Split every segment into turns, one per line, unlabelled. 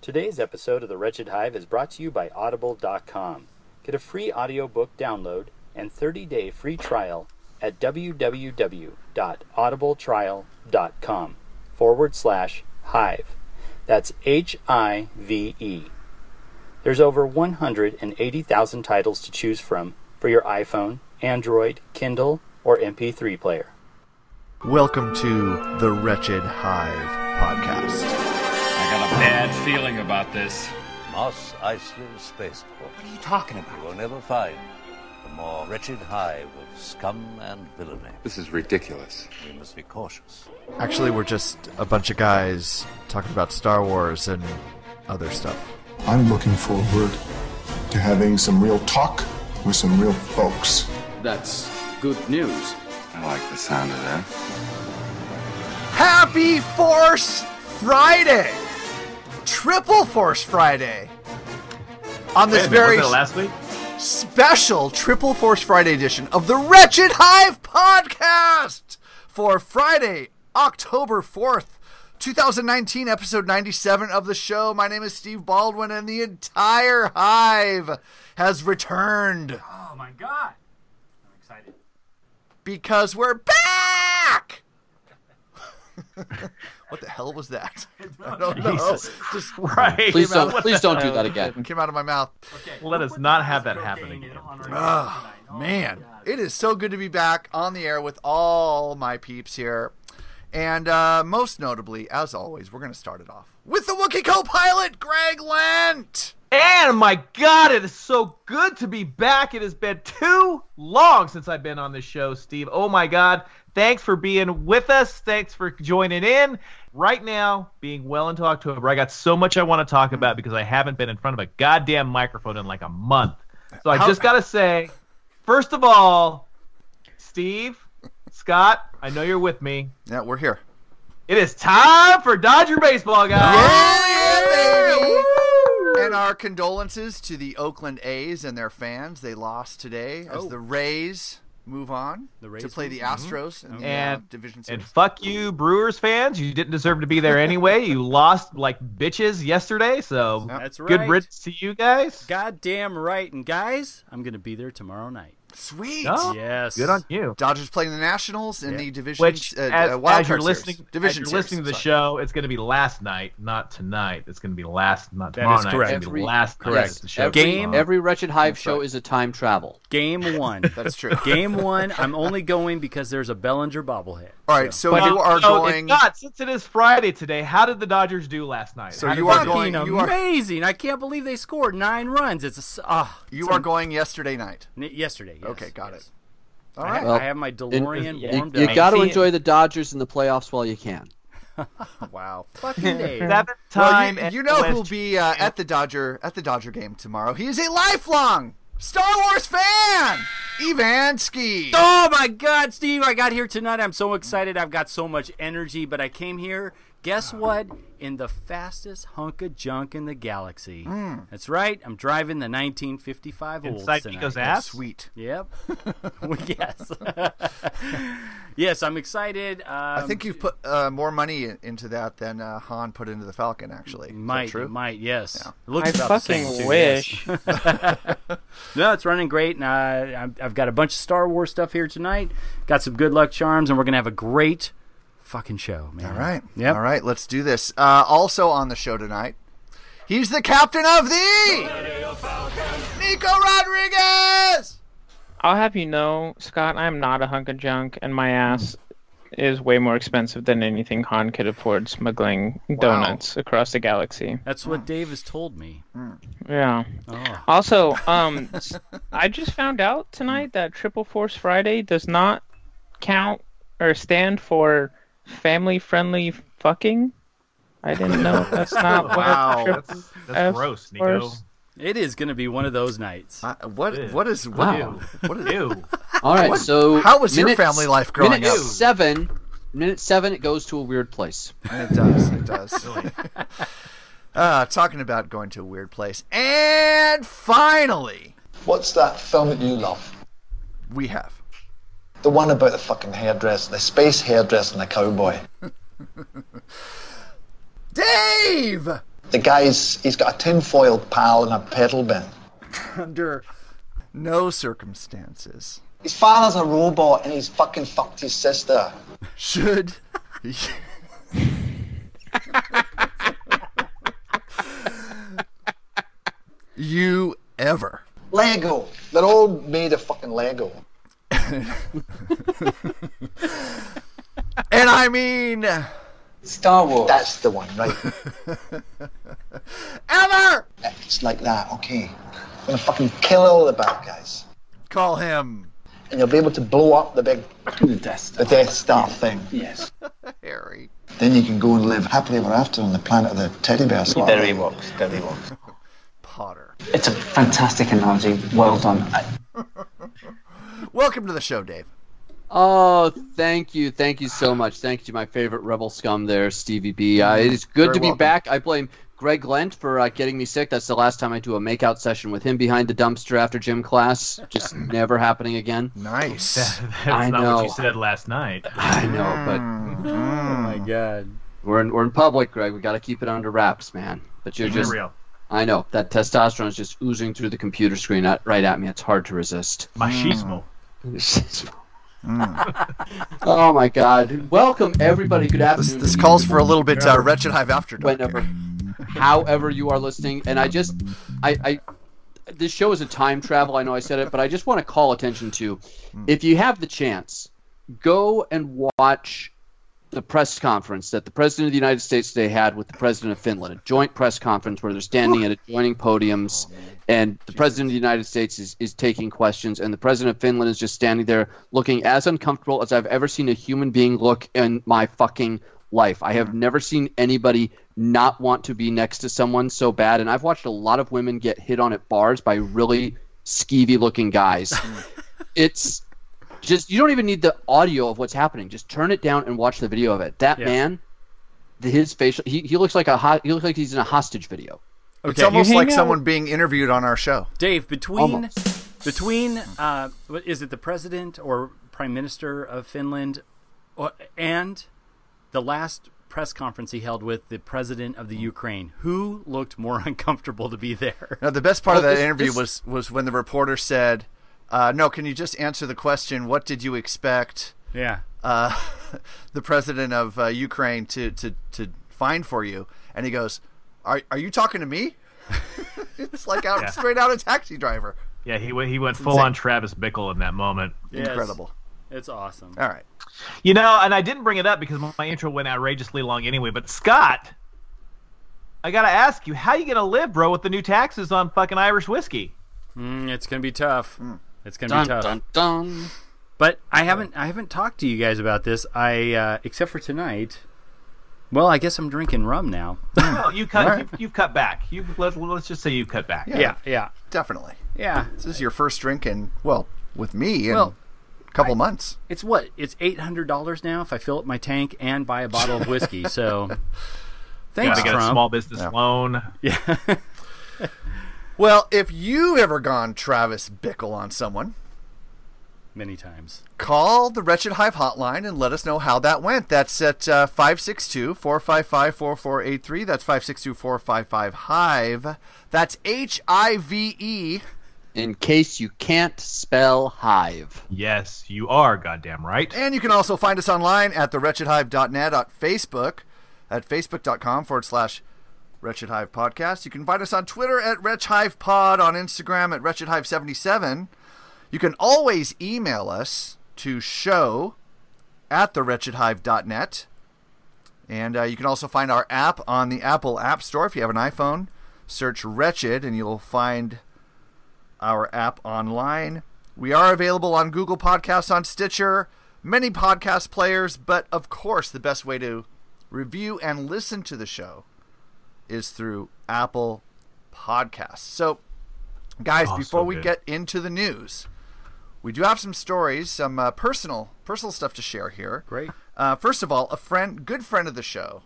Today's episode of The Wretched Hive is brought to you by Audible.com. Get a free audiobook download and 30-day free trial at www.audibletrial.com forward slash hive. That's H-I-V-E. E. There's over 180,000 titles to choose from for your iPhone, Android, Kindle, or MP3 player.
Welcome to the Wretched Hive podcast.
I got a bad feeling about this.
Moss Iceland Spaceport.
What are you talking
You
about?
will never find a more wretched hive of scum and villainy.
This is ridiculous.
We must be cautious.
Actually, we're just a bunch of guys talking about Star Wars and other stuff.
I'm looking forward to having some real talk with some real folks.
That's good news.
I like the sound of that.
Happy Force Friday! Triple Force Friday! On this very
last week?
special Triple Force Friday edition of the Wretched Hive podcast for Friday, October 4th, 2019, episode 97 of the show. My name is Steve Baldwin, and the entire Hive has returned
Oh my god! I'm excited.
because we're back! what the hell was that? I don't know.
Jesus
Just
Right.
Please don't, please don't do that again.
came out of my mouth.
Okay,
Let us not have that happen again.
Oh, man, it is so good to be back on the air with all my peeps here. And uh, most notably, as always, we're going to start it off with the Wookiee co pilot, Greg Lent.
And my God, it is so good to be back. It has been too long since I've been on this show, Steve. Oh my God. Thanks for being with us. Thanks for joining in. Right now, being well into October, I got so much I want to talk about because I haven't been in front of a goddamn microphone in like a month. So I
How-
just got to say, first of all, Steve, Scott, I know you're with me.
Yeah, we're here.
It is time for Dodger baseball, guys.
Oh, yeah, baby. And our condolences to the Oakland A's and their fans. They lost today as the Rays move on to play Oh. the Astros in the uh,
And-
division
And
series.
fuck you, Brewers fans. You didn't deserve to be there anyway. You lost like bitches yesterday, so
That's right.
good riddance to you guys.
Goddamn right. And guys, I'm going to be there tomorrow night.
Sweet.
No?
Yes.
Good on you.
Dodgers playing the Nationals in the division.
Which,
uh,
as,
uh, wild
as you're
card
listening,
series.
as
division
you're
series,
listening to the
sorry.
show, it's going to be last night, not tonight. It's going to be last, not
That
tomorrow
is
night.
correct.
It's going to
Every-
be last night.
correct.
The show
Every,
Game-
every Wretched Hive show is a time travel.
Game one.
That's true.
Game one. I'm only going because there's a Bellinger bobblehead.
All right, so you
Well,
are
so it's
going.
not, since it is Friday today, how did the Dodgers do last night?
So
How
you
did
are
they do?
going-
Fucking
you are-
amazing. I can't believe they scored nine runs. It's a s ah.
you
it's
are
a-
going yesterday night.
N- yesterday. yes,
Okay, got
yes.
it. All
I,
right.
Well,
I have my DeLorean
You,
warmed
you
up.
got to
See it.
enjoy the Dodgers in the playoffs while you can.
wow.
fucking day.
Seventh
Well,
time.
you,
and
you know who'll
West-
be uh, at the Dodger at the Dodger game tomorrow. He is a lifelong Star Wars fan, Evansky.
Oh my God, Steve! I got here tonight. I'm so excited. I've got so much energy, but I came here. Guess
Ah.
what? In the fastest hunk of junk in the galaxy.
Hmm.
That's right. I'm driving the 1955 Olds
Inside
tonight.
Nico's ass?
Sweet.
Yep. Well, yes. yes, I'm excited. Um,
I think you've put uh, more money in- into that than uh, Han put into the Falcon. Actually, Is that
might
true.
might yes. It looks
I
about
fucking
the same, too,
wish.
yes. no, it's running great, and uh, I've- I've got a bunch of Star Wars stuff here tonight. Got some good luck charms, and we're gonna have a great fucking show, man.
All right.
Yep.
All right. Let's do this. Uh, also on the show tonight, he's the captain of the Nico Rodriguez.
I'll have you know, Scott, I'm not a hunk of junk, and my ass is way more expensive than anything Han could afford smuggling donuts across the galaxy.
That's
Hmm.
what Dave has told me.
Yeah.
Oh.
Also, um, s- I just found out tonight that Triple Force Friday does not count or stand for family-friendly fucking. I didn't know that's not what.
Wow.
Trip-
That's,
Uh,
that's gross, Nico.
first.
It is going to be one of those nights.
Uh, what?
Ew.
What is? What,
Wow.
what is?
Ew.
All right, so
How was your
minute-
family life growing
minute
up?
Seven, minute seven, it goes to a weird place.
It does. It does. uh, talking about going to a weird place, and finally,
What's that film that you love?
we have.
The one about the fucking hairdresser, the space hairdresser and the cowboy.
Dave
The guy's he's got a tinfoil pal and a pedal bin.
Under no circumstances
His father's a robot and he's fucking fucked his sister.
should you ever
Lego. They're all made of fucking Lego.
and I mean
Star Wars. That's the one, right?
ever
It's like that, okay. I'm gonna fucking kill all the bad guys.
call him
And you'll be able to blow up the big the Death Star, thing.
yes Harry
Then you can go and live happily ever after on the planet of the teddy bears.
There he walks. There he walks.
Potter
It's a fantastic analogy. Well done. I-
welcome to the show Dave
Oh, thank you, thank you so much. Thank you, my favorite rebel scum there, Stevie B. Uh, it is good
Very
to be
welcome.
back. I blame Greg Lent for uh, getting me sick. That's the last time I do a makeout session with him behind the dumpster after gym class. Just never happening again.
Nice.
That's
I
not
know.
what you said last night.
I know, but
Oh
my
god, we're in, we're in public, Greg. We got to keep it under wraps, man. But you're
Keep it
just
real.
I know that testosterone is just oozing through the computer screen at, right at me. It's hard to resist.
Machismo.
Hmm.
oh my god! Welcome everybody. Good afternoon.
this calls for a little bit uh, wretched hive after dark
whenever, however you are listening. And I just, I, I, this show is a time travel. I know I said it, but I just want to call attention to, if you have the chance, go and watch the press conference that the president of the United States today had with the president of Finland, a joint press conference where they're standing at adjoining podiums, and the president of the United States is, is taking questions, and the president of Finland is just standing there looking as uncomfortable as I've ever seen a human being look in my fucking life. I have never seen anybody not want to be next to someone so bad, and I've watched a lot of women get hit on at bars by really skeevy looking guys. it's just you don't even need the audio of what's happening. Just turn it down and watch the video of it. That
Yeah.
man, the, his facial he, he looks like a hot he looks like he's in a hostage video.
it's
Okay.
almost
You hang
like
out-
someone being interviewed on our show
Dave, between between uh, what is it the president or prime minister of Finland, or, and the last press conference he held with the president of the Ukraine, who looked more uncomfortable to be there?
Now, the best part of
Well,
that
this-
interview
this-
was was when the reporter said, uh, "No, can you just answer the question? What did you expect?"
Yeah.
Uh, the president of uh, Ukraine to, to to find for you, and he goes, "Are are you talking to me?" it's like out
Yeah.
straight out of Taxi Driver.
Yeah, he went. He went full on Travis Bickle in that moment.
Incredible.
It's awesome.
All right.
You know, and I didn't bring it up because my intro went outrageously long anyway. But Scott, I gotta ask you, how you gonna live, bro, with the new taxes on fucking Irish whiskey?
Mm, it's gonna be tough. It's gonna
Dun,
be tough.
dun, dun.
But I haven't I haven't talked to you guys about this. I uh, except for tonight. Well, I guess I'm drinking rum now.
No, you cut. You, you've cut back. You let, let's just say you cut back.
Yeah, yeah.
Definitely.
Yeah.
This is your first drink in well with me in
Well,
a couple months.
It's what? It's eight hundred dollars now if I fill up my tank and buy a bottle of whiskey. So thanks,
Gotta get
Trump.
a small business loan.
Yeah.
Well, if you've ever gone Travis Bickle on someone,
Many times.
call the Wretched Hive hotline and let us know how that went. That's at uh, 562 455 4483. That's 562 455 Hive. That's H I V E.
In case you can't spell hive.
Yes, you are goddamn right.
And you can also find us online at thewretchedhive.net, on Facebook, at facebook.com forward slash Wretched Hive Podcast. You can find us on Twitter at Wretched Hive Pod, on Instagram at Wretched Hive 77. You can always email us to show at thewretchedhive.net. And uh, you can also find our app on the Apple App Store. If you have an iPhone, search Wretched and you'll find our app online. We are available on Google Podcasts, on Stitcher, many podcast players, but of course, the best way to review and listen to the show is through Apple Podcasts. So, guys,
Oh, so
before we
good.
get into the news, we do have some stories, some uh, personal personal stuff to share here.
Great.
Uh, first of all, a friend, good friend of the show,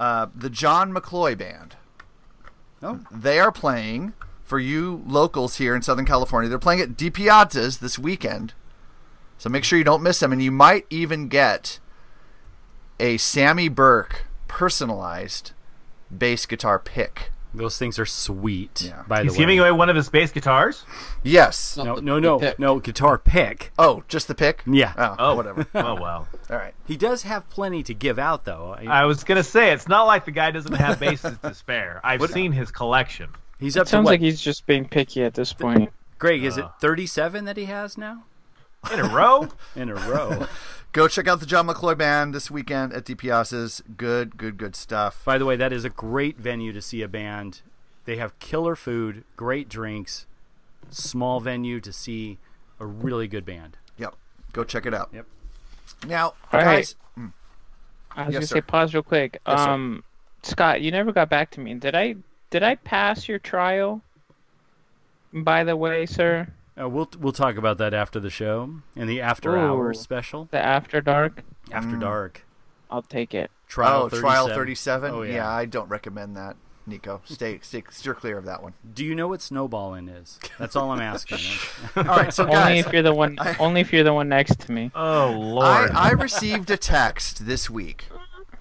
uh, the John McCloy Band.
Oh.
They are playing for you locals here in Southern California. They're playing at Di Piazza's this weekend. So make sure you don't miss them. And you might even get a Sammy Burke personalized bass guitar pick.
Those things are sweet. Yeah. By the
He's
way,
giving away one of his bass guitars.
Yes.
No, no, no, no, no guitar pick.
Oh, just the pick.
Yeah.
Oh,
Oh,
whatever.
oh well.
All right.
He does have plenty to give out, though.
Uh,
I was gonna say it's not like the guy doesn't have bases to spare. I've seen his collection.
He's up
It
to
sounds
what?
like he's Uh. just being picky at this point.
Greg, is it 37 that he has now
In a row?
in a row?
Go check out the John McCloy band this weekend at DiPiazza's. Good, good, good stuff.
By the way, that is a great venue to see a band. They have killer food, great drinks, small venue to see a really good band.
Yep. Go check it out.
Yep.
Now,
All right.
guys,
I was
Yes,
gonna
sir.
say pause real quick.
Yes, sir.
um, Scott, you never got back to me. Did I? Did I pass your trial? By the way, sir,
Uh, we'll we'll talk about that after the show in the after
Ooh.
hours special,
the after dark,
after dark.
I'll take it.
Trial
Mm. oh,
37.
Trial 37.
Oh,
yeah.
yeah.
I don't recommend that, Nico. Stay, stay, steer clear of that one.
Do you know what snowballing is? That's all I'm asking.
All right, so
only
guys, Uh,
if you're the one. only if you're the one next to me.
Oh
I,
lord.
I received a text this week.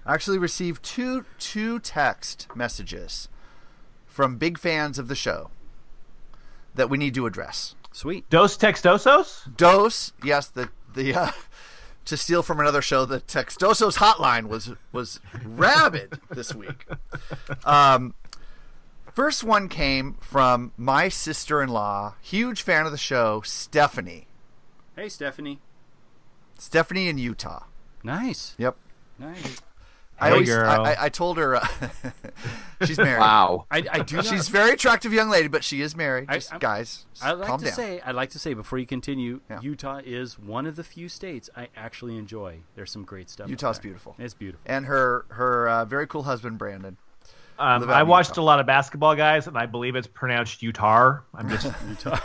I actually received two two text messages from big fans of the show that we need to address.
Sweet.
Dos Textosos?
Dose, yes, the the uh, to steal from another show, the Textosos hotline was was rabid this week. Um, first one came from my sister-in-law, huge fan of the show, Stephanie.
Hey, Stephanie.
Stephanie in Utah.
Nice.
Yep.
Nice.
I always,
girl.
I, I, I told her uh, she's married.
Wow.
I, I do.
She's
She's.
very attractive young lady, but she is married.
I-
Just,
I'm-
guys, just
I like
calm
to
down.
say. I like to say before you continue,
Yeah.
Utah is one of the few states I actually enjoy. There's some great stuff. out
Utah's
there.
beautiful.
It's beautiful.
and her her uh, very cool husband Brandon. Live
Um,
out
I
in
watched
Utah.
a lot of basketball guys, and I believe it's pronounced Utah. I'm just
Utah.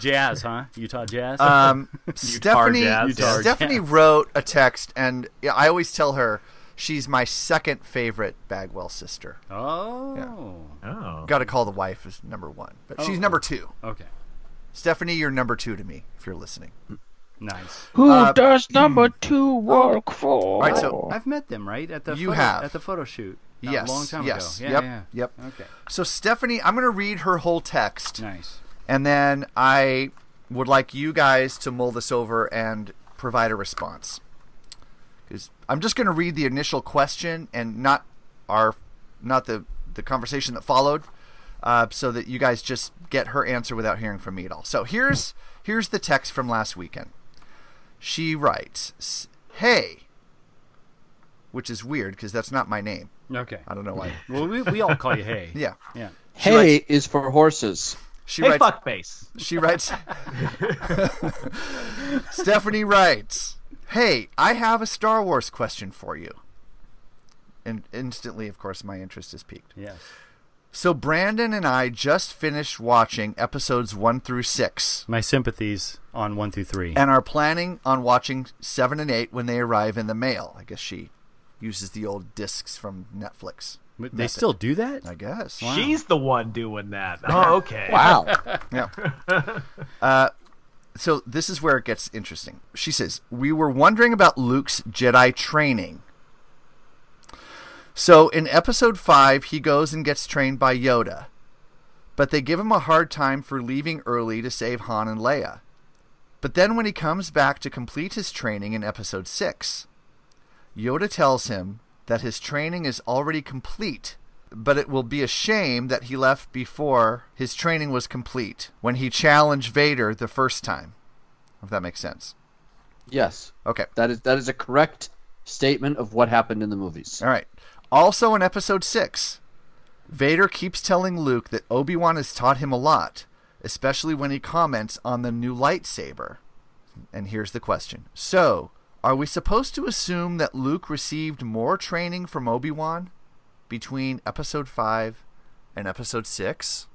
jazz, huh? Utah jazz.
Um, Stephanie
jazz.
Utah
Stephanie
jazz.
wrote a text, and yeah, I always tell her she's my second favorite Bagwell sister.
oh.
oh.
Got to call the wife is number one, but she's
Oh.
number two.
Okay.
Stephanie, you're number two to me if you're listening.
Nice.
Who does number two work
All
for?
uh, hmm. Oh. right, so
I've met them right at the
You
photo,
have.
at the photo shoot. Not
yes,
a long time
yes,
ago. Yeah,
yep,
yeah.
yep.
Okay.
So Stephanie, I'm gonna read her whole text.
Nice.
And then I would like you guys to mull this over and provide a response. 'Cause I'm just going to read the initial question and not our, not the the conversation that followed, uh, so that you guys just get her answer without hearing from me at all. So here's here's the text from last weekend. She writes, s- "Hey," which is weird because that's not my name.
Okay.
I don't know why.
Well, we, we all call you Hey.
Yeah,
Yeah.
Hey is for horses.
she
Hey,
writes.
fuckface.
She writes. Stephanie writes, "Hey, I have a Star Wars question for you." And instantly, of course, my interest is piqued.
Yes.
So Brandon and I just finished watching episodes one through six,
My sympathies on one through three.
and are planning on watching seven and eight when they arrive in the mail. I guess she uses the old discs from Netflix.
But they
method.
still do that?
I guess.
She's the one doing that. Oh, okay.
Wow.
Yeah. uh, so this is where it gets interesting. She says, We were wondering about Luke's Jedi training. So in episode 5, he goes and gets trained by Yoda, but they give him a hard time for leaving early to save Han and Leia. But then when he comes back to complete his training in episode 6, Yoda tells him that his training is already complete, but it will be a shame that he left before his training was complete when he challenged Vader the first time. If that makes sense.
Yes.
Okay.
That is that is a correct statement of what happened in the movies.
All right. Also in episode 6, Vader keeps telling Luke that Obi-Wan has taught him a lot, especially when he comments on the new lightsaber. And here's the question. So, are we supposed to assume that Luke received more training from Obi-Wan between episode 5 and episode 6?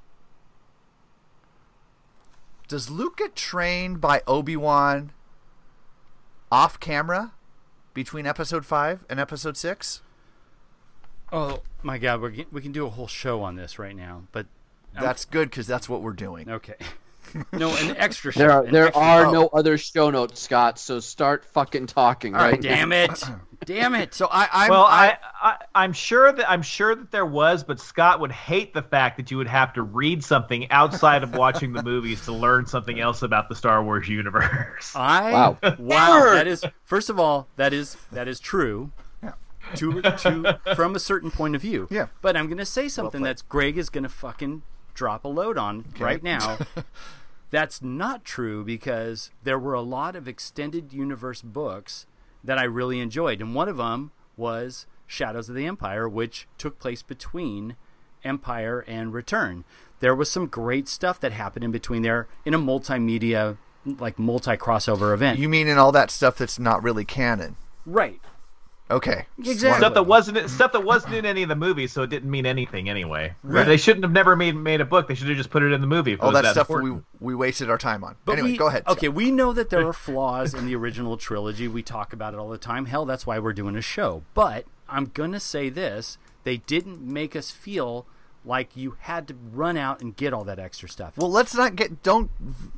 Does Luke get trained by Obi-Wan off camera between episode 5 and episode 6?
Oh my God, we're, get- we can do a whole show on this right now. But
That's good because that's what we're doing.
okay, No, an extra show.
There are,
an
there
extra-
are
Oh.
no other show notes, Scott. So start fucking talking.
All right,
right now.
damn it, damn it.
So I, I'm,
well,
I,
I, I, I am sure that I'm sure that there was, but Scott would hate the fact that you would have to read something outside of watching the movies to learn something else about the Star Wars universe.
I wow,
Wow.
That is first of all, that is that is true. To, to from a certain point of view.
Yeah.
But I'm gonna say something that's Greg is gonna fucking drop a load on right now. that's not true because there were a lot of extended universe books that I really enjoyed, and one of them was Shadows of the Empire, which took place between Empire and Return. There was some great stuff that happened in between there in a multimedia, like multi crossover event.
you mean in all that stuff that's not really canon?
right.
Okay.
Exactly.
Stuff that wasn't stuff that wasn't in any of the movies, so it didn't mean anything anyway. They shouldn't have never made made a book. They should have just put it in the movie. if it
All
was
that stuff we
Oh, important.
we wasted our time on.
But
anyway,
we-
go ahead.
Okay, we know that there are flaws in the original trilogy. We talk about it all the time. Hell, that's why we're doing a show. But I'm going to say this they didn't make us feel like you had to run out and get all that extra stuff.
Well, let's not get don't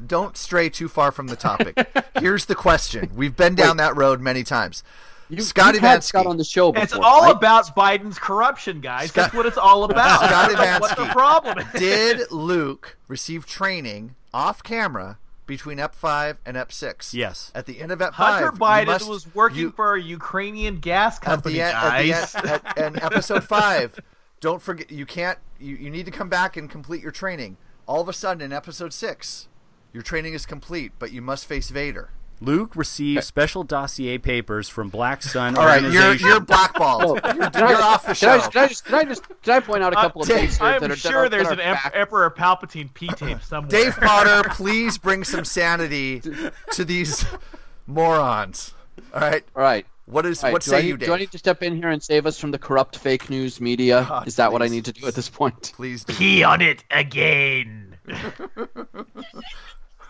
don't stray too far from the topic. Here's the question: We've been down that road many times.
You,
Scott
you've had
Ivansky.
Scott on the show before.
It's all
right?
about Biden's corruption, guys.
Scott-
That's what it's all about.
Scott
That's what the
Ivansky.
problem is.
Did Luke receive training off camera between Ep Five and Ep Six?
Yes.
At the end of Ep Five,
Hunter
you
Biden
must-
was working
you-
for a Ukrainian gas
at the
company,
end. At the
guys.
end at, and episode Five, don't forget you can't you, you need to come back and complete your training. All of a sudden, in Episode Six, your training is complete, but you must face Vader.
Luke received special dossier papers from Black Sun
All right, you're
Organization.
you're blackballed. You're,
Oh, Can I-
you're off the
Can I
show. Uh,
just, can I just, can I just, can I point out a couple of
Dave,
things here
I'm
that are that
sure
are- that
there's
are
an em-
fact-
Emperor Palpatine P tape somewhere.
Dave Potter, please bring some sanity to these morons. All right,
All right.
what is
All right,
what
do
say
I,
you,
need-
Dave?
Do I need to step in here and save us from the corrupt fake news media?
God,
Is that what I
please.
need to do at this point?
Please do.
Pee on it again.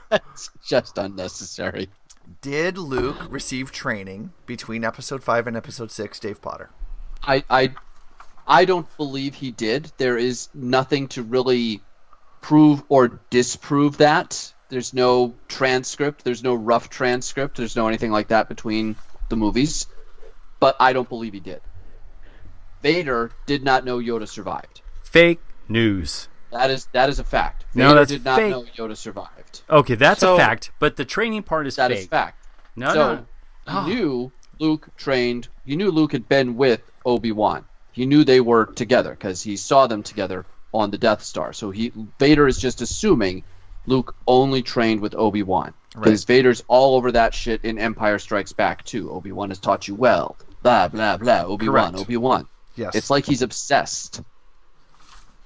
That's just unnecessary.
Did Luke receive training between Episode Five and Episode Six, Dave Potter?
I, I, I don't believe he did. There is nothing to really prove or disprove that. There's no transcript. There's no rough transcript. There's no anything like that between the movies. But I don't believe he did. Vader did not know Yoda survived.
Fake news.
That is that is a fact.
No,
Vader
that's
did not
fake.
know Yoda survived.
Okay, that's
So-
a fact, but the training part is
That is
fake.
fact.
No, Oh.
so he knew Luke trained. He knew Luke had been with Obi Wan. He knew they were together because he saw them together on the Death Star. So he Vader is just assuming Luke only trained with Obi Wan because Vader's all over that shit in Empire Strikes Back too. Obi Wan has taught you well. Blah blah blah. Obi Wan.
Correct.
Obi Wan.
Yes.
It's like he's obsessed.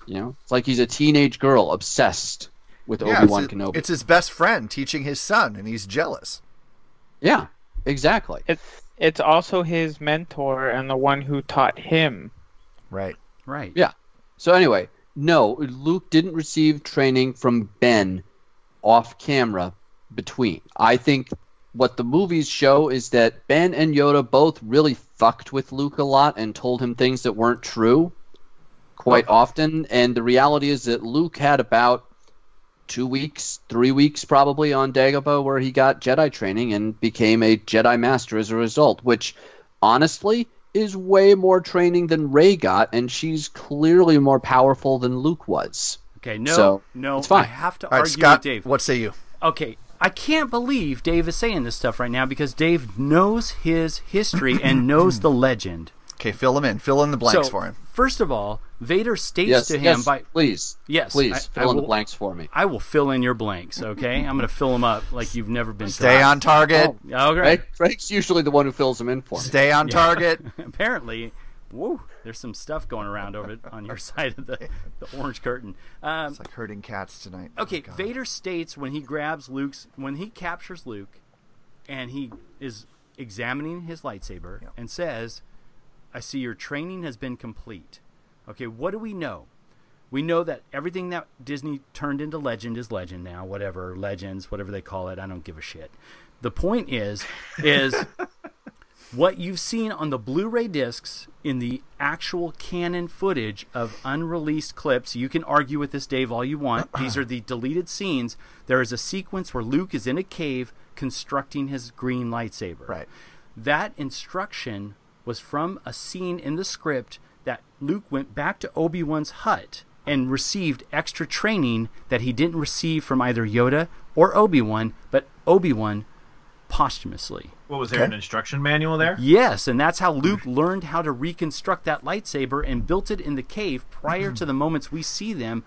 You know, it's like he's a teenage girl obsessed with
Yeah,
Obi Wan
it's, his-
Kenobi.
it's his best friend teaching his son, and he's jealous.
yeah, exactly.
It, it's also his mentor and the one who taught him.
Right.
right.
Yeah. So anyway, no, Luke didn't receive training from Ben off camera between. I think what the movies show is that Ben and Yoda both really fucked with Luke a lot and told him things that weren't true quite often and the reality is that Luke had about 2 weeks, 3 weeks probably on Dagobah where he got Jedi training and became a Jedi master as a result, which honestly is way more training than Ray got, and she's clearly more powerful than Luke was.
Okay, no,
So,
no.
it's fine.
I have to
All right,
argue
Scott,
with Dave.
what say you?
okay, I can't believe Dave is saying this stuff right now because Dave knows his history and knows the legend.
Okay, fill him in. Fill in the blanks
so,
for him.
First of all, Vader states
Yes,
to him
yes,
by
please,
Yes,
please
I- I
fill in
will-
the blanks for me.
I will fill in your blanks, okay? I'm going to fill them up like you've never been
Stay on target.
on. Okay.
Right? Frank's usually the one who fills them in for me.
Stay on target.
Apparently, woo, there's some stuff going around over on your side of the, the orange curtain. Um,
It's like herding cats tonight. Oh,
okay,
God.
Vader states when he grabs Luke's when he captures Luke and he is examining his lightsaber and says, "I see your training has been complete." Okay, what do we know? We know that everything that Disney turned into legend is legend now, whatever, legends, whatever they call it, I don't give a shit. The point is is what you've seen on the Blu-ray discs in the actual canon footage of unreleased clips. You can argue with this, Dave, all you want. These are the deleted scenes. There is a sequence where Luke is in a cave constructing his green lightsaber.
Right.
That instruction was from a scene in the script that Luke went back to Obi-Wan's hut and received extra training that he didn't receive from either Yoda or Obi-Wan, but Obi-Wan posthumously.
What was there an instruction manual there?
Yes, and that's how Luke learned how to reconstruct that lightsaber and built it in the cave prior to the moments we see them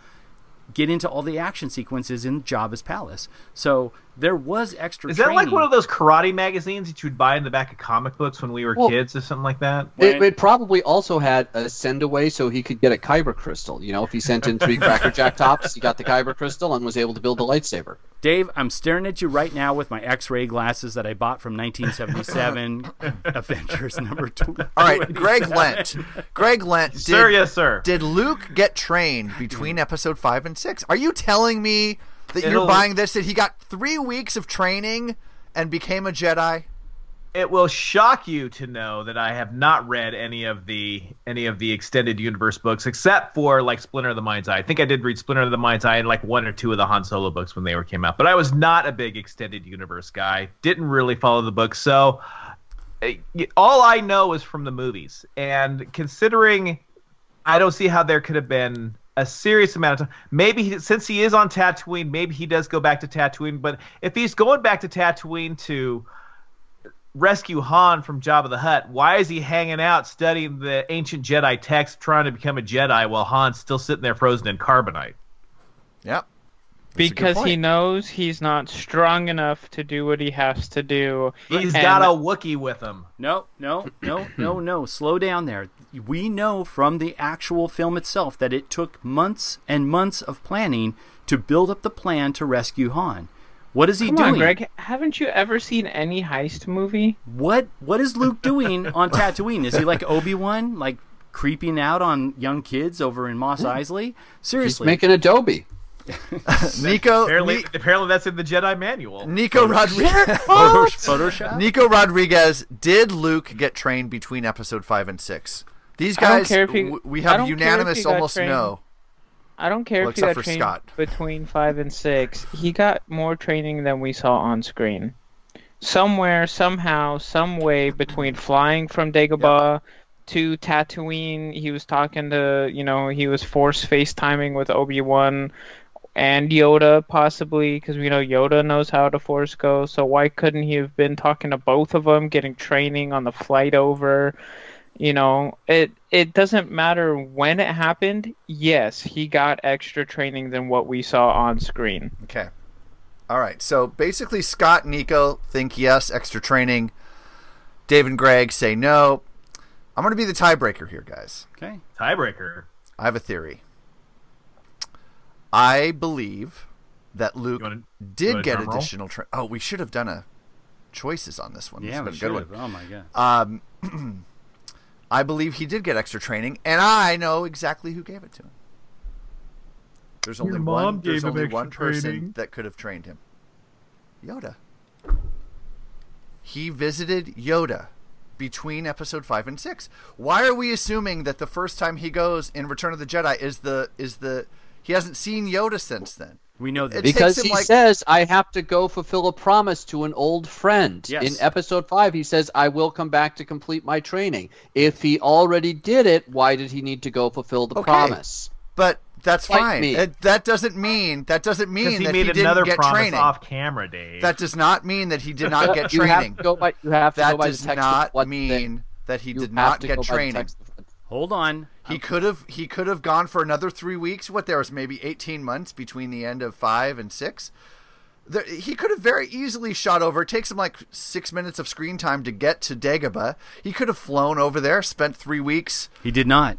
get into all the action sequences in Jabba's palace. So there was extra.
Is
training.
that like one of those karate magazines that you'd buy in the back of comic books when we were
Well-
kids or something like that?
It, it probably also had a send away so he could get a kyber crystal. You know, if he sent in three Cracker Jack tops, he got the kyber crystal and was able to build the lightsaber.
Dave, I'm staring at you right now with my X-ray glasses that I bought from 1977 Avengers number two.
All right, Greg Lent. Greg Lent. Did,
Sir, yes, sir.
Did Luke get trained between
Mm.
episode five and six? Are you telling me that you're
It'll-
buying this? That he got three weeks of training and became a Jedi?
It will shock you to know that I have not read any of the any of the extended universe books except for like Splinter of the Mind's Eye. I think I did read Splinter of the Mind's Eye and like one or two of the Han Solo books when they were came out, but I was not a big extended universe guy. Didn't really follow the books, so eh, all I know is from the movies. And considering I don't see how there could have been a serious amount of time. Maybe he, since he is on Tatooine, maybe he does go back to Tatooine. But if he's going back to Tatooine to rescue Han from Jabba the Hutt, why is he hanging out studying the ancient Jedi text, trying to become a Jedi, while Han's still sitting there frozen in carbonite?
Yep. That's a good
because he
point.
knows he's not strong enough to do what he has to do.
He's
And-
got a Wookiee with him.
No, no, no, no, no. Slow down there. We know from the actual film itself that it took months and months of planning to build up the plan to rescue Han. What is he
Come
doing?
on, Greg. Haven't you ever seen any heist movie?
What what is Luke doing on Tatooine? Is he like Obi Wan, like creeping out on young kids over in Moss Isley? Seriously,
Making Adobe.
Nico.
Apparently,
Ni-
apparently that's in the Jedi manual.
Nico Rodriguez.
Photoshop.
Nico Rodriguez. Did Luke get trained between episode five and six? These
I don't
guys,
care if he-
w- we
I
have
don't care if he
unanimous
got
almost
trained.
no.
I don't care
Well,
if he
except
got
for
trained
Scott.
between five and six. He got more training than we saw on screen. Somewhere, somehow, some way between flying from Dagobah to Tatooine, he was talking to you know he was force FaceTiming with Obi Wan and Yoda possibly because we know Yoda knows how to force go. So why couldn't he have been talking to both of them, getting training on the flight over? you know it it doesn't matter when it happened yes he got extra training than what we saw on screen
Okay. All right. So basically, Scott, Nico think yes, extra training. Dave and Greg say no. I'm going to be the tiebreaker here, guys.
Okay.
Tiebreaker.
I have a theory. I believe that Luke
You wanna- you wanna
did get
drum roll?
additional training. Oh, we should have done a choices on this one.
Yeah, we
this has been a good
should've.
one.
Oh my god.
Uh,
Um, I believe he did get extra training, and I know exactly who gave it to him. There's only
mom
one.
gave
There's
him
only
extra
one person
training.
that could have trained him. Yoda. He visited Yoda between episode five and six. Why are we assuming that the first time he goes in Return of the Jedi is the is the he hasn't seen Yoda since then?
We know that.
It-
Because
takes him,
he
like-
says, I have to go fulfill a promise to an old friend.
Yes.
In episode five, he says, I will come back to complete my training. If he already did it, why did he need to go fulfill the
Okay.
promise?
But that's
Like
fine.
me.
It- that doesn't mean that doesn't
Because
mean
he
that
made
he
another
didn't get
promise
training.
off camera, Dave.
That does not mean that he did not get
You have
training.
to go by, you have to go
That
by
does
the text
not
of what
mean
they-
that he
you
did
have
not
to
get
go by the
training.
text of what-
Hold on.
He could have he could have gone for another three weeks. What there was maybe eighteen months between the end of five and six. There, he could have very easily shot over. It takes him like six minutes of screen time to get to Dagobah. He could have flown over there, spent three weeks.
He did not.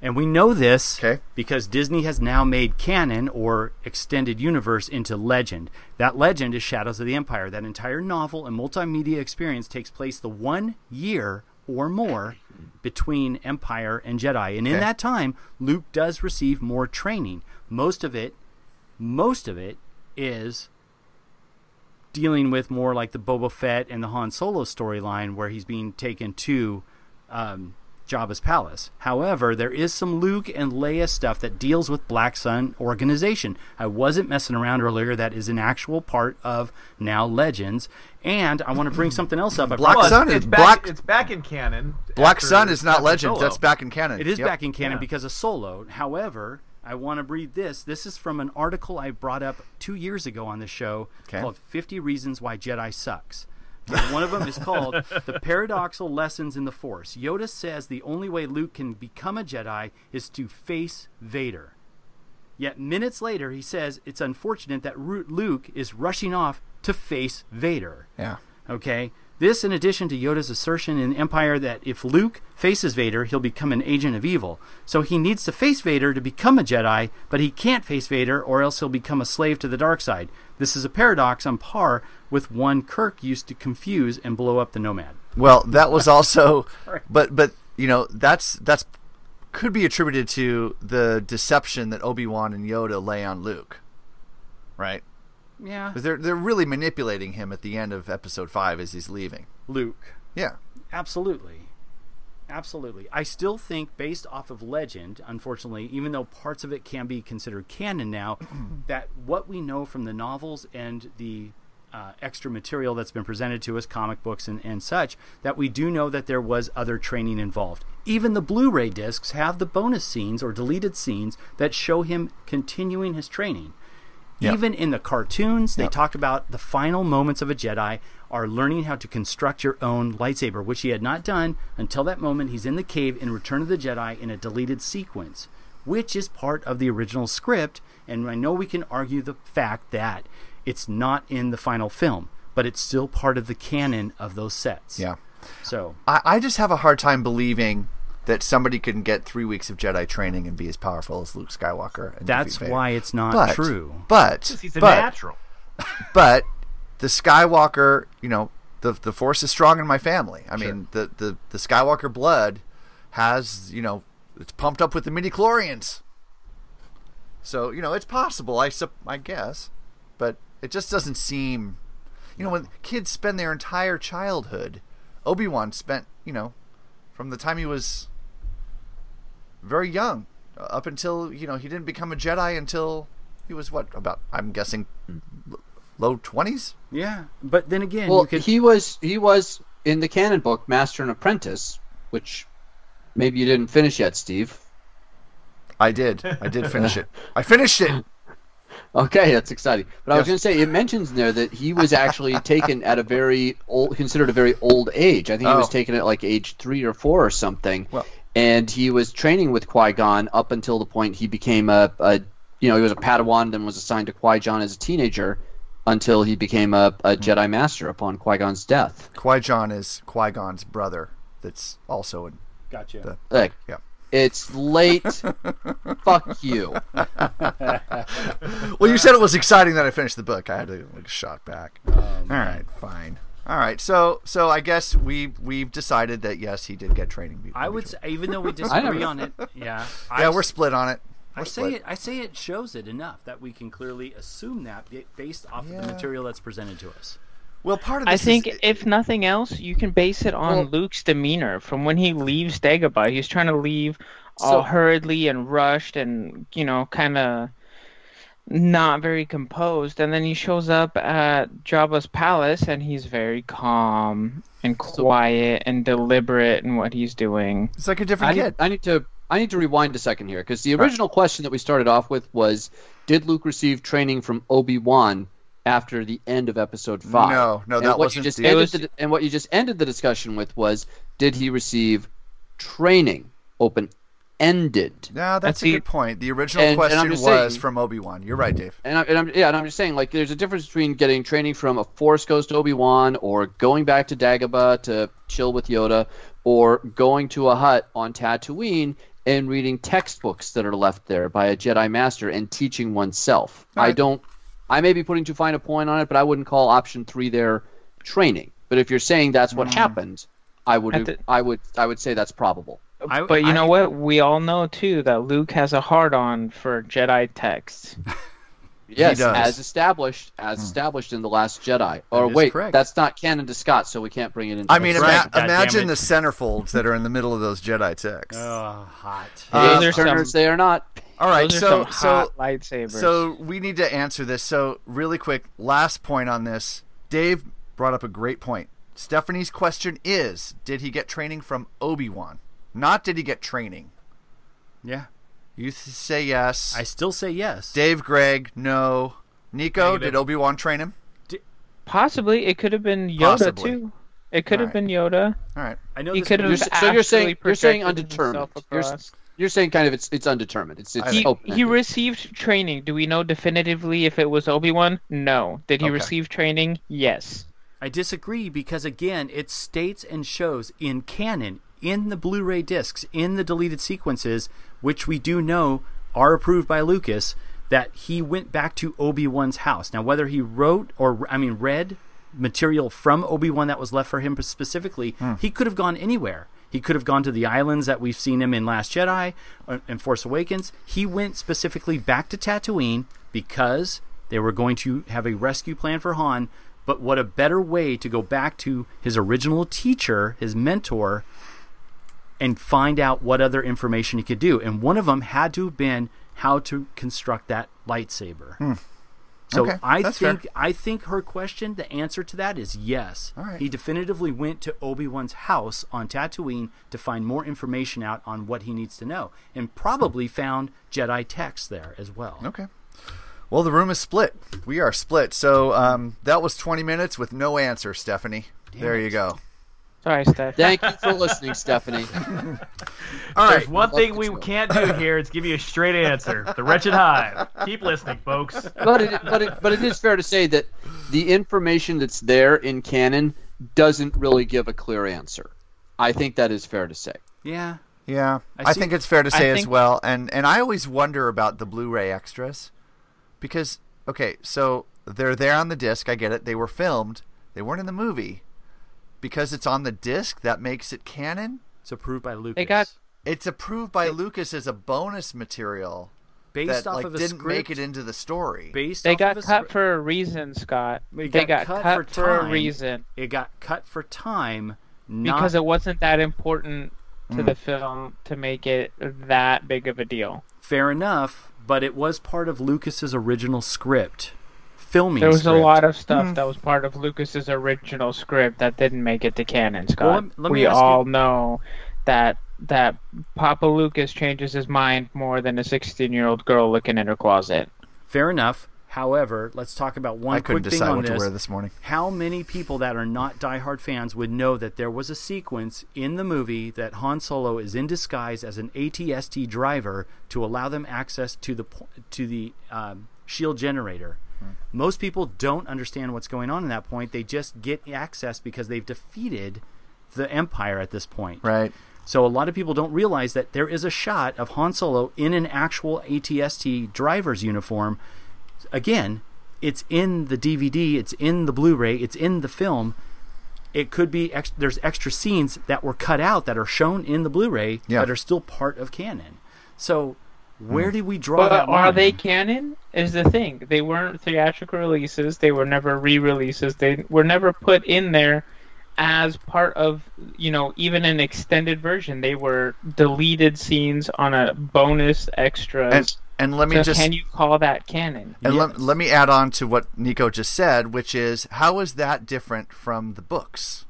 And we know this
Okay.
because Disney has now made canon or extended universe into legend. That legend is Shadows of the Empire. That entire novel and multimedia experience takes place the one year or more between Empire and Jedi. And in
Okay.
that time, Luke does receive more training. Most of it, most of it is dealing with more like the Boba Fett and the Han Solo storyline where he's being taken to um, Jabba's palace. However, there is some Luke and Leia stuff that deals with Black Sun organization. I wasn't messing around earlier. That is an actual part of now Legends. And I want to bring something else up. I
Black
promise.
Sun is
It's back,
Black.
it's back in canon.
Black
after-
Sun is not
after
Legends.
Solo.
That's back in canon.
It is
Yep.
back in canon
Yeah.
because of Solo. However, I want to read this. This is from an article I brought up two years ago on the show
Okay.
called 50 Reasons Why Jedi Sucks. And One of them is called The Paradoxal Lessons in the Force. Yoda says the only way Luke can become a Jedi is to face Vader. Yet minutes later, he says it's unfortunate that Ru- Luke is rushing off to face Vader.
Yeah.
Okay. This, in addition to Yoda's assertion in Empire that if Luke faces Vader, he'll become an agent of evil. So he needs to face Vader to become a Jedi, but he can't face Vader or else he'll become a slave to the dark side. This is a paradox on par with one Kirk used to confuse and blow up the Nomad.
Well, that was also,
Sorry.
but but you know that's that's could be attributed to the deception that Obi Wan and Yoda lay on Luke, right?
Yeah.
'Cause they're they're really manipulating him at the end of Episode Five as he's leaving.
Luke.
Yeah,
Absolutely. Absolutely. I still think, based off of legend, unfortunately, even though parts of it can be considered canon now, that what we know from the novels and the uh, extra material that's been presented to us, comic books and, and such, that we do know that there was other training involved. Even the Blu ray discs have the bonus scenes or deleted scenes that show him continuing his training.
Yeah.
Even in the cartoons, they talked about the final moments of a Jedi are learning how to construct your own lightsaber, which he had not done until that moment. He's in the cave in Return of the Jedi in a deleted sequence, which is part of the original script. And I know we can argue the fact that it's not in the final film, but it's still part of the canon of those sets.
yeah.
So
I, I just have a hard time believing that somebody can get three weeks of Jedi training and be as powerful as Luke Skywalker. And
that's
defeat Vader.
why it's not
but,
true.
But
He's a
but,
natural.
but the Skywalker, you know, the the Force is strong in my family. I mean, the, the the Skywalker blood has, you know, it's pumped up with the midi chlorians. So you know, it's possible. I sup- I guess, but it just doesn't seem. You know, when kids spend their entire childhood, Obi Wan spent, you know, from the time he was very young uh, up until you know he didn't become a Jedi until he was what about I'm guessing l- low twenties.
Yeah, but then again,
well,
you could.
he was he was in the canon book Master and Apprentice, which maybe you didn't finish yet, Steve.
I did. I did finish it. I finished it.
Okay, that's exciting. But I was
Yes.
going to say it mentions in there that he was actually taken at a very old, considered a very old age. I think he was
Oh.
taken at like age three or four or something.
Well-
and he was training with Qui Gon up until the point he became a, a, you know, he was a Padawan, then was assigned to Qui Gon as a teenager, until he became a, a
Hmm.
Jedi Master upon Qui Gon's death.
Qui Gon is Qui Gon's brother. That's also in.
gotcha.
the-
Like,
Yeah.
it's late. Fuck you.
Well, you said it was exciting that I finished the book. I had to like, shot back. All right, fine. Um, All right, so so I guess we we've decided that yes, he did get training. be-
I would, say, even though we
I never-
disagree on it, yeah,
Yeah,
I
we're split on it.
I
We're
say
split.
it. I say it shows it enough that we can clearly assume that ba- based off of
Yeah.
the material that's presented to us.
Well, part of
I
this
think
is,
if nothing else, you can base it on
Well-
Luke's demeanor from when he leaves Dagobah. He's trying to leave
So-
all hurriedly and rushed and, you know, kind of not very composed. And then he shows up at Jabba's palace and he's very calm and quiet and deliberate in what he's doing.
it's like a
I
different
need,
kid.
I need to I need to rewind a second here because the original question that we started off with was did Luke receive training from Obi Wan after the end of Episode Five?
No, no,
And
that
what
wasn't
You just
the-
ended
It was-
the- and what you just ended the discussion with was did he receive training open ended?
No, that's
That's
a
the-
good point. The original
And- and I'm
question
just
was
saying-
from Obi Wan. You're right, Dave.
And, I, and I'm yeah, and I'm just saying like there's a difference between getting training from a Force Ghost Obi Wan or going back to Dagobah to chill with Yoda or going to a hut on Tatooine and reading textbooks that are left there by a Jedi Master and teaching oneself. I
Alright.
don't. I may be putting too fine a point on it, but I wouldn't call option three there training. But if you're saying that's what happened, I
Mm. At
would.
the-
I would. I would say that's probable.
I,
Uh, But you
I-
know what? We all know, too, that Luke has a hard on for Jedi texts.
Yes,
does. Hmm.
as established, as established in the Last Jedi. Or
is
wait,
correct.
that's not canon to Scott, so we can't bring it in.
I mean,
That's
ima-
right, goddammit.
imagine the centerfolds that are in the middle of those Jedi texts.
Oh, hot.
those
uh,
Those are
turners
some-
they are not.
All right,
Those are
so
some
so
hot lightsabers.
so we need to answer this. So really quick, last point on this. Dave brought up a great point. Stephanie's question is: Did he get training from Obi Wan? Not did he get training?
Yeah.
You th- say yes.
I still say yes.
Dave, Greg, no. Nico,
Negative.
did Obi Wan train him?
Possibly, it could have been Yoda
Possibly.
too. It could have
Alright.
been Yoda.
All right.
I know
He
this-
could have.
You're s- so you're saying-
actually
you're saying
projected
undetermined.
himself
You're s-
across.
You're saying kind of it's it's undetermined. It's it's
He,
open.
he received training. Do we know definitively if it was Obi Wan? No. Did he
Okay.
receive training? Yes.
I disagree because again, it states and shows in canon, in the Blu-ray discs, in the deleted sequences, which we do know are approved by Lucas, that he went back to Obi-Wan's house. Now, whether he wrote or I mean read material from Obi-Wan that was left for him specifically, he could have gone anywhere. He could have gone to the islands that we've seen him in Last Jedi or- and Force Awakens. He went specifically back to Tatooine because they were going to have a rescue plan for Han, but what a better way to go back to his original teacher, his mentor, and find out what other information he could do. And one of them had to have been how to construct that lightsaber. So
Hmm. Okay,
I
that's
think
fair.
I think her question, the answer to that is yes.
All right.
He definitively went to Obi Wan's house on Tatooine to find more information out on what he needs to know, and probably found Jedi texts there as well.
Okay. Well, the room is split. We are split. So um, that was 20 minutes with no answer, Stephanie. there you go.
Sorry, Steph.
Thank you for listening, Stephanie.
All right.
There's one thing we
Love this
can't do here is give you a straight answer. The Wretched Hive. Keep listening, folks.
But it, but it, but it is fair to say that the information that's there in canon doesn't really give a clear answer. I think that is fair to say.
Yeah.
Yeah, I,
I see-
think it's fair to
I
say as
think-
well, and and I always wonder about the Blu-ray extras, because okay, so they're there on the disc. I get it; they were filmed, they weren't in the movie, because it's on the disc. That makes it canon.
It's approved by Lucas.
They got
It's approved by Lucas as a bonus material
based
that
off
like
of a
didn't
script,
make it into the story.
based
they
off
got
of a
cut
script-
for a reason, Scott.
They
They
got
got,
cut
cut,
for
for, a
time.
reason
it got cut for time, not
because it wasn't that important to the film to make it that big of a deal.
fair enough, but it was part of Lucas's original script. Filming
There was a
script.
lot of stuff
Hmm.
that was part of Lucas's original script that didn't make it to canon, Scott.
lem- let me
we
ask
all
you-
know that that Papa Lucas changes his mind more than a 16-year-old girl looking in her closet.
fair enough. However, let's talk about one
I couldn't
quick thing
decide
on
what
this.
to wear this morning.
How many people that are not diehard fans would know that there was a sequence in the movie that Han Solo is in disguise as an ATST driver to allow them access to the po- to the um, shield generator? Most people don't understand what's going on at that point. They just get access because they've defeated the Empire at this point.
Right.
So a lot of people don't realize that there is a shot of Han Solo in an actual ATST driver's uniform. Again, it's in the DVD, it's in the Blu-ray, it's in the film. It could be ex- there's extra scenes that were cut out that are shown in the Blu-ray
Yeah.
that are still part of canon. So where do we draw that
But are
line?
they canon? Is the thing. They weren't theatrical releases. They were never re-releases. They were never put in there as part of you know even an extended version. They were deleted scenes on a bonus extras.
And and let me
so
just
can you call that canon?
And let, let me add on to what Nico just said, which is how is that different from the books?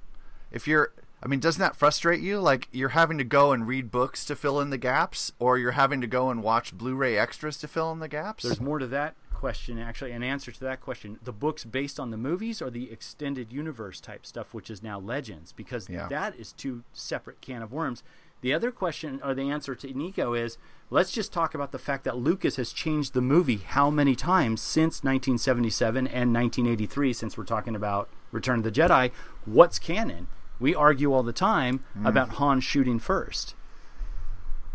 If you're, I mean, doesn't that frustrate you? Like you're having to go and read books to fill in the gaps, or you're having to go and watch Blu ray extras to fill in the gaps?
There's more to that question, actually, an answer to that question. The books based on the movies or the extended universe type stuff, which is now Legends, because
Yeah.
that is two separate can of worms. The other question or the answer to Nico is let's just talk about the fact that Lucas has changed the movie how many times since 1977 and 1983, since we're talking about Return of the Jedi. What's canon? We argue all the time about Han shooting first.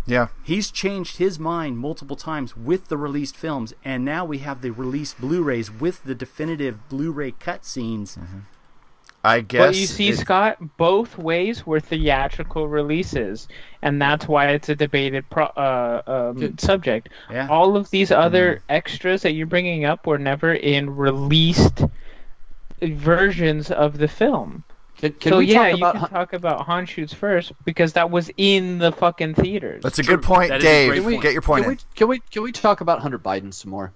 yeah.
He's changed his mind multiple times with the released films, and
Mm-hmm.
now we have the released Blu-rays with the definitive Blu-ray cutscenes.
I guess.
But you see,
it-
Scott, both ways were theatrical releases, and that's why it's a debated pro- uh, um, subject.
Yeah.
All of these
Mm-hmm.
other extras that you're bringing up were never in released versions of the film.
Can, can
so
we
yeah,
talk about
you can talk about Hanshoots first because that was in the fucking theaters.
That's a good point,
That is a
Dave.
great point.
Get your point
Can
in.
we, can we can we talk about Hunter Biden some more?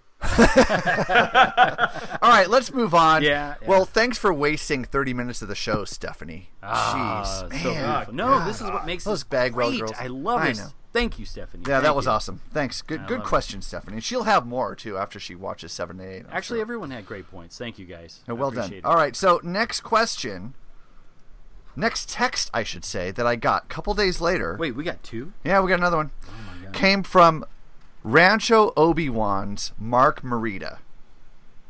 All right, let's move on.
Yeah, yeah.
Well, thanks for wasting 30 minutes of the show, Stephanie.
Ah,
Jeez,
so
man.
beautiful. No, this is what makes
Those
this
Bagwell
great.
girls.
I love
I
this.
know.
Thank you, Stephanie.
Yeah, that
Thank
was
you.
awesome. Thanks. Good, good
love it.
question, Stephanie. She'll have more too after she watches Seven to Eight. I'm
Actually,
sure.
everyone had great points. Thank you guys.
No,
I
well done.
appreciate it.
All right, so next question, next text, I should say, that I got a couple days later.
Wait, Oh, we got two.
Yeah, we got another one. Came from Rancho Obi Wan's Mark Marita,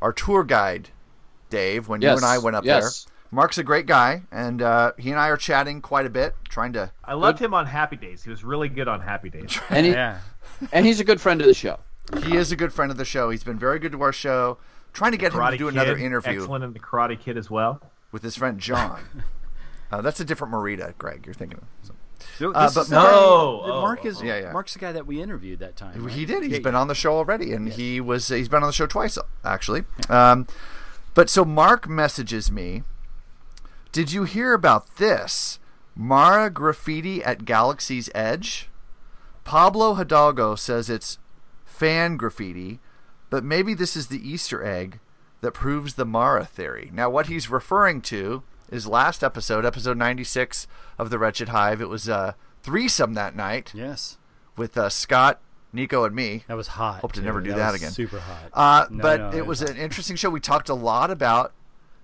our tour guide, Dave, when you
Yes,
and I went up
yes.
there. Mark's a great guy, and uh, he and I are chatting quite a bit, trying to.
I loved him on Happy Days. He was really good on Happy Days.
And he,
Yeah.
and he's a good friend of the show.
He is a good friend of the show. He's been very good to our show. Trying to get him to
Karate
do another
Kid,
interview
Excellent in the Karate Kid as well.
with his friend John. uh, that's a different Marita, Greg. You're thinking of. So-
So
Uh,
this
but
is the
Mark-
guy-
No,
the
oh,
Mark is
oh. Yeah, yeah.
Mark's the guy that we interviewed that time.
He
right?
did. He's
Yeah,
been on the show already, and he was he's been on the show twice actually. Um, but so Mark messages me. Did you hear about this? Mara graffiti at Galaxy's Edge. Pablo Hidalgo says it's fan graffiti, but maybe this is the Easter egg that proves the Mara theory. Now, what he's referring to is last episode, episode ninety six of the Wretched Hive. It was a threesome that night
Yes.
with uh, Scott, Nico, and me.
That was hot.
Hope to
too.
never do that,
was
again.
Super hot.
Uh,
No,
but
no,
it
it
was
was
an interesting show. We talked a lot about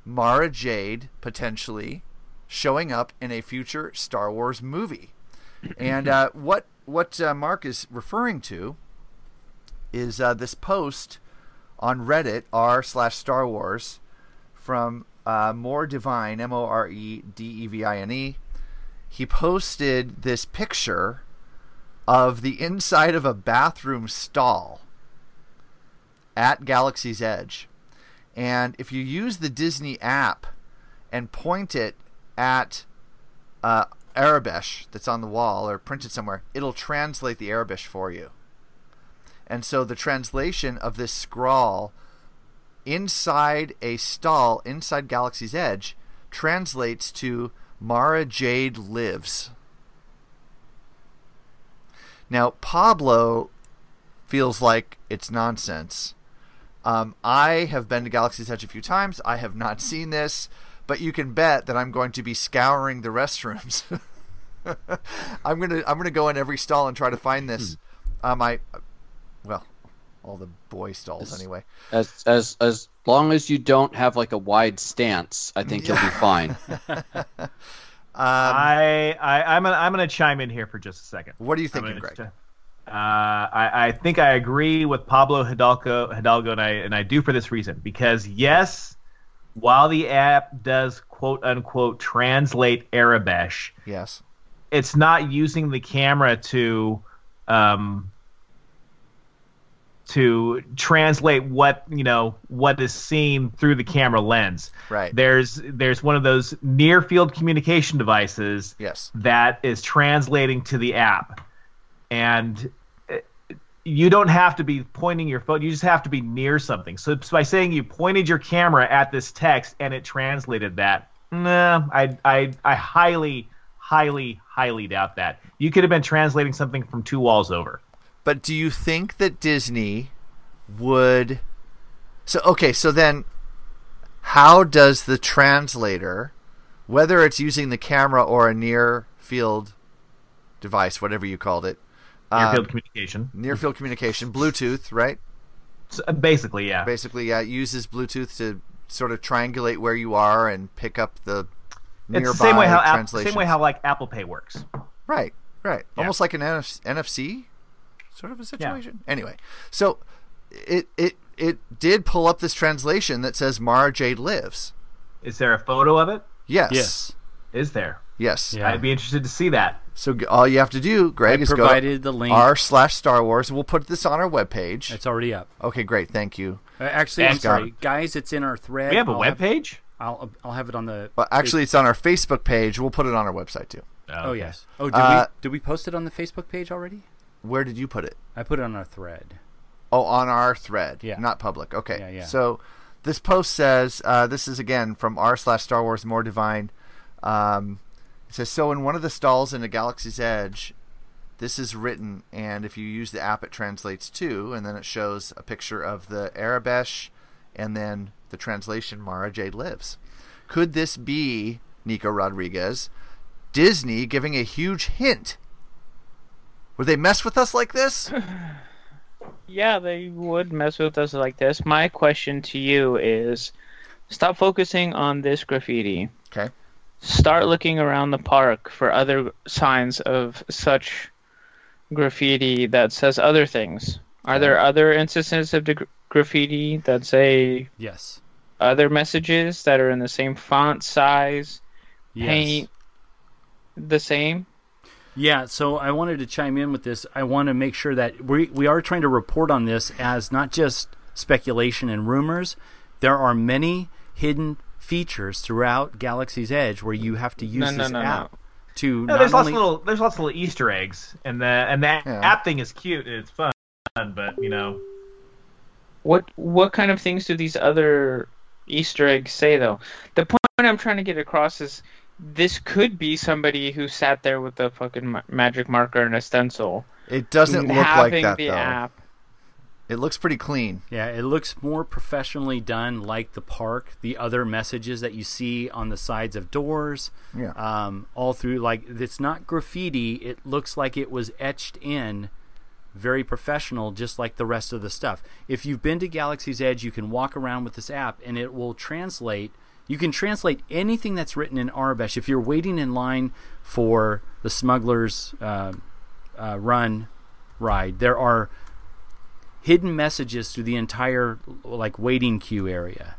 Mara Jade potentially showing up in a future Star Wars movie, and uh, what what uh, Mark is referring to is uh, this post on Reddit r slash Star Wars from uh, More Divine M O R E D E V I N E. He posted this picture of the inside of a bathroom stall at Galaxy's Edge. And if you use the Disney app and point it at uh, Arabish that's on the wall or printed somewhere, it'll translate the Arabish for you. And so the translation of this scrawl inside a stall inside Galaxy's Edge translates to Mara Jade lives. Now, Pablo feels like it's nonsense. Um, I have been to Galaxy's Edge a few times. I have not seen this, but you can bet that I'm going to be scouring the restrooms. I'm gonna I'm gonna go in every stall and try to find this.
Hmm.
Um, I, well, all the boy stalls anyway.
As as as long as you don't have like a wide stance, I think you'll be fine.
I, I I'm gonna I'm gonna chime in here for just a second.
Um, What are you
I'm
thinking,
gonna
Greg?
ch- Uh, I, I think I agree with Pablo Hidalgo, Hidalgo, and I and I do for this reason because yes, while the app does quote unquote translate Arabic,
Yes.
it's not using the camera to um, to translate what you know what is seen through the camera lens.
Right.
There's there's one of those near field communication devices
Yes.
that is translating to the app, and uh, you don't have to be pointing your phone. You just have to be near something. So by saying you pointed your camera at this text and it translated that, nah, I I I highly highly highly doubt that. You could have been translating something from two walls over.
But do you think that Disney would So okay, so then how does the translator whether it's using the camera or a near field device, whatever you called it,
Near
uh,
field communication.
near field communication, Bluetooth, right?
So, uh, basically, yeah.
Basically, yeah, it uses Bluetooth to sort of triangulate where you are and pick up the nearby
It's the same way how App,
translation.
same way how like Apple Pay works.
Right, right. Almost like an NF- NFC sort of a situation. Anyway, so it it it did pull up this translation that says Mara Jade lives.
Is there a photo of it?
Yes.
Yes.
Is there?
Yes.
Yeah.
I'd be interested to see that.
So g- all you have to do, Greg,
I
is
provided
go
the
to
link.
r slash Star Wars. We'll put this on our webpage.
It's already up.
Okay, great. Thank you.
Uh, actually, I'm
Scott.
sorry, guys. It's in our thread.
We have a
I'll
web page.
I'll I'll have it on the.
Well, actually, it's on our Facebook page. We'll put it on our website too.
Oh, okay. yes. Oh, did uh, we did we post it on the Facebook page already?
Where did you put it?
I put it on our thread.
Oh, on our thread.
Yeah.
Not public. Okay.
Yeah, yeah.
So this post says uh, this is again from r slash Star Wars More Divine. Um, it says so in one of the stalls in a Galaxy's Edge. This is written, and if you use the app, it translates to, and then it shows a picture of the Arabesh, and then the translation Mara Jade lives. Could this be Nico Rodriguez, Disney giving a huge hint? Would they mess with us like this?
yeah, they would mess with us like this. My question to you is stop focusing on this graffiti.
Okay.
Start looking around the park for other signs of such graffiti that says other things. Are there other instances of de- graffiti that say
yes
other messages that are in the same font size,
yes.
paint, the same?
Yeah, so I wanted to chime in with this. I want to make sure that we we are trying to report on this as not just speculation and rumors. There are many hidden features throughout Galaxy's Edge where you have to use
No, no,
this
no, no.
app to
No,
not
there's lots
only
of little there's lots of little Easter eggs, and the and that
Yeah.
app thing is cute and it's fun, but you know,
What what kind of things do these other Easter eggs say though? The point I'm trying to get across is this could be somebody who sat there with a fucking ma- magic marker and a stencil,
It doesn't look like
having
that
the
though.
app.
It looks pretty clean.
Yeah, it looks more professionally done, like the park. The other messages that you see on the sides of doors,
Yeah.
um, all through, like it's not graffiti. It looks like it was etched in, very professional, just like the rest of the stuff. If you've been to Galaxy's Edge, you can walk around with this app, and it will translate. You can translate anything that's written in Arabesh. If you're waiting in line for the smuggler's uh, uh, run ride, there are hidden messages through the entire like waiting queue area.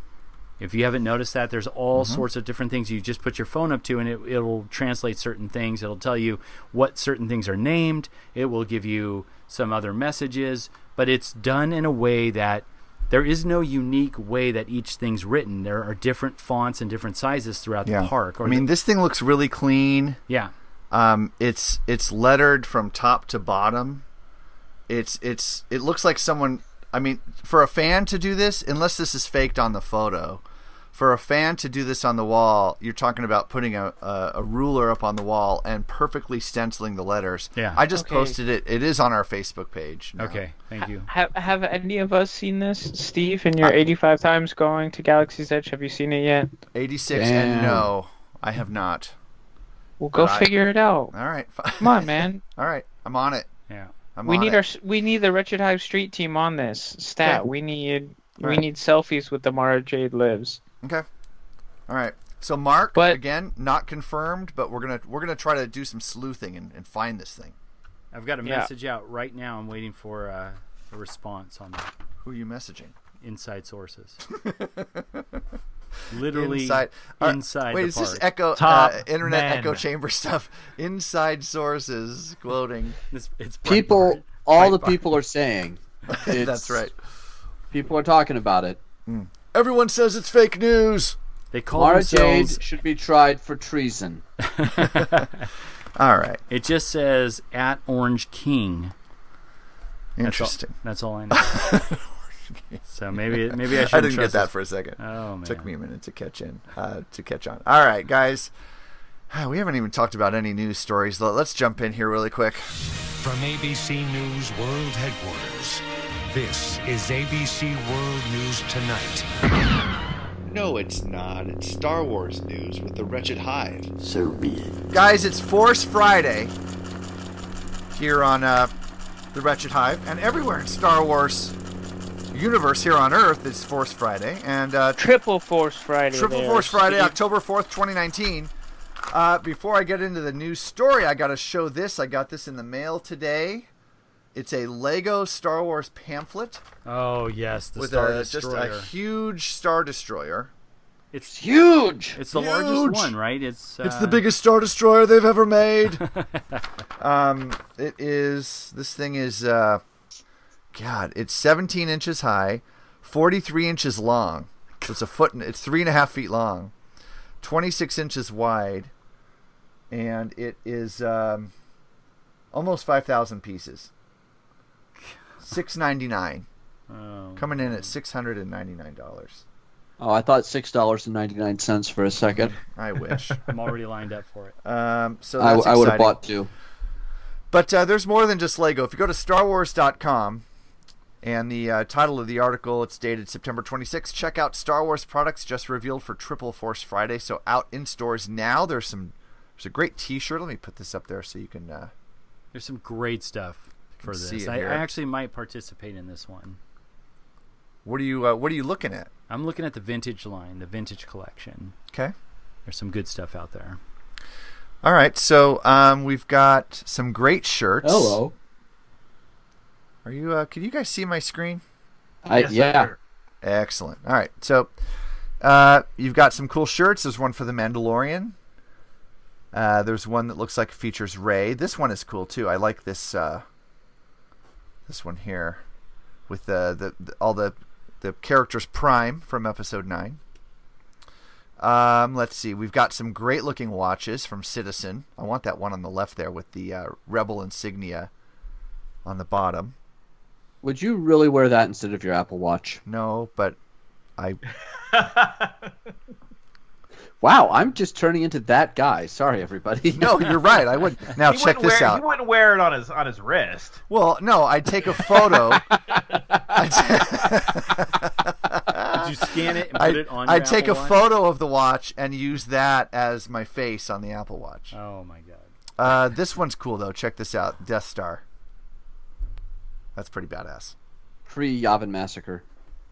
If you haven't noticed that, there's all
Mm-hmm.
sorts of different things you just put your phone up to, and it, it'll translate certain things. It'll tell you what certain things are named. It will give you some other messages, but it's done in a way that there is no unique way that each thing's written. There are different fonts and different sizes throughout
Yeah.
the park.
I mean,
the-
this thing looks really clean.
yeah,
Um, it's it's lettered from top to bottom. It's it's it looks like someone. I mean, for a fan to do this, unless this is faked on the photo, for a fan to do this on the wall, you're talking about putting a, a, a ruler up on the wall and perfectly stenciling the letters.
Yeah.
I just
Okay.
posted it. It is on our Facebook page. now.
okay, thank you.
Have Have any of us seen this, Steve? In your 85 times going to Galaxy's Edge, have you seen it yet?
86
Damn.
and no, I have not.
Well, go
Right.
figure it out.
All right.
Come on, man.
All right. I'm on it.
Yeah.
I'm
we
on
need
it.
our s- we need the Wretched Hive Street team on this stat.
Okay.
We need we
Alright.
need selfies with the Mara Jade lives.
Okay. All right. So Mark,
But-
again, not confirmed, but we're gonna we're gonna try to do some sleuthing and, and find this thing.
I've got a
Yeah.
message out right now. I'm waiting for uh, a response on that.
Who are you messaging?
Inside sources. Literally
inside.
inside,
all right, wait,
the
is
park.
this echo
Top
uh, internet
men.
echo chamber stuff? Inside sources quoting.
It's, it's
People,
Breitbart.
all the
Breitbart.
people are saying. It's-
That's right.
People are talking about it.
Everyone says it's fake news.
They call
Mara
themselves.
Jade should be tried for treason.
All right.
It just says at Orange King. That's all-
Interesting.
That's all, I know. so maybe maybe I should.
I didn't get that for a second.
Oh man.
Took me a minute to catch in, uh, to catch on. All right, guys. We haven't even talked about any news stories. Let- Let's jump in here really quick.
From ABC News World Headquarters, this is ABC World News Tonight.
No, it's not. It's Star Wars news with the Wretched Hive.
So be it.
guys it's force friday here on uh, the wretched hive and everywhere in star wars universe here on earth is force friday and uh,
Triple Force Friday.
triple
there,
force friday
Steve.
october 4th 2019 uh, before i get into the news story i gotta show this i got this in the mail today it's a lego star wars pamphlet
Oh yes, the
with
Star
a, just uh,
Destroyer.
a huge star destroyer
it's
Huge.
it's the largest
huge.
one, right? It's uh,
It's the biggest Star Destroyer they've ever made. um, it is. This thing is. Uh, God, it's 17 inches high, 43 inches long. So it's a foot. And, it's three and a half feet long, 26 inches wide, and it is um, almost 5,000 pieces. 699. Oh, Coming in at $699.
Oh, I thought six dollars and ninety nine cents for a second.
I wish.
I'm already lined up for it.
Um, so
I,
that's
I would have
exciting.
bought two.
But uh, there's more than just Lego. If you go to StarWars.com and the uh, title of the article, it's dated September 26th. Check out Star Wars products just revealed for Triple Force Friday. So out in stores now. There's some. There's a great T-shirt. Let me put this up there so you can. Uh,
There's some great stuff for
can
this.
see it
I, I
here.
actually might participate in this one.
what are you? Uh, what are you looking at?
I'm looking at the vintage line, the vintage collection.
Okay.
There's some good stuff out there.
All right. So um, we've got some great shirts.
Hello.
Are you? Uh, can you guys see my screen?
I,
Yes,
yeah.
sir.
Excellent. All right. So uh, you've got some cool shirts. There's one for the Mandalorian. Uh, there's one that looks like it features Ray. This one is cool too. I like this uh, this one here with the, the, the all the the characters Prime from Episode Nine. Um, let's see. We've got some great looking watches from Citizen. I want that one on the left there with the uh, Rebel insignia on the bottom.
Would you really wear that instead of your Apple Watch?
No, but I
Wow, I'm just turning into that guy. Sorry, everybody.
No, you're right. I would. Now
He
Oh, check
wouldn't
this
wear,
out.
He wouldn't wear it on his on his wrist.
Well, no, I'd take a photo.
Did you scan it and put
I,
it on?
I'd
your
take
Apple Watch?
a photo of the watch and use that as my face on the Apple Watch.
Oh my god.
Uh, this one's cool though. Check this out. Death Star. That's pretty badass.
pre Yavin massacre.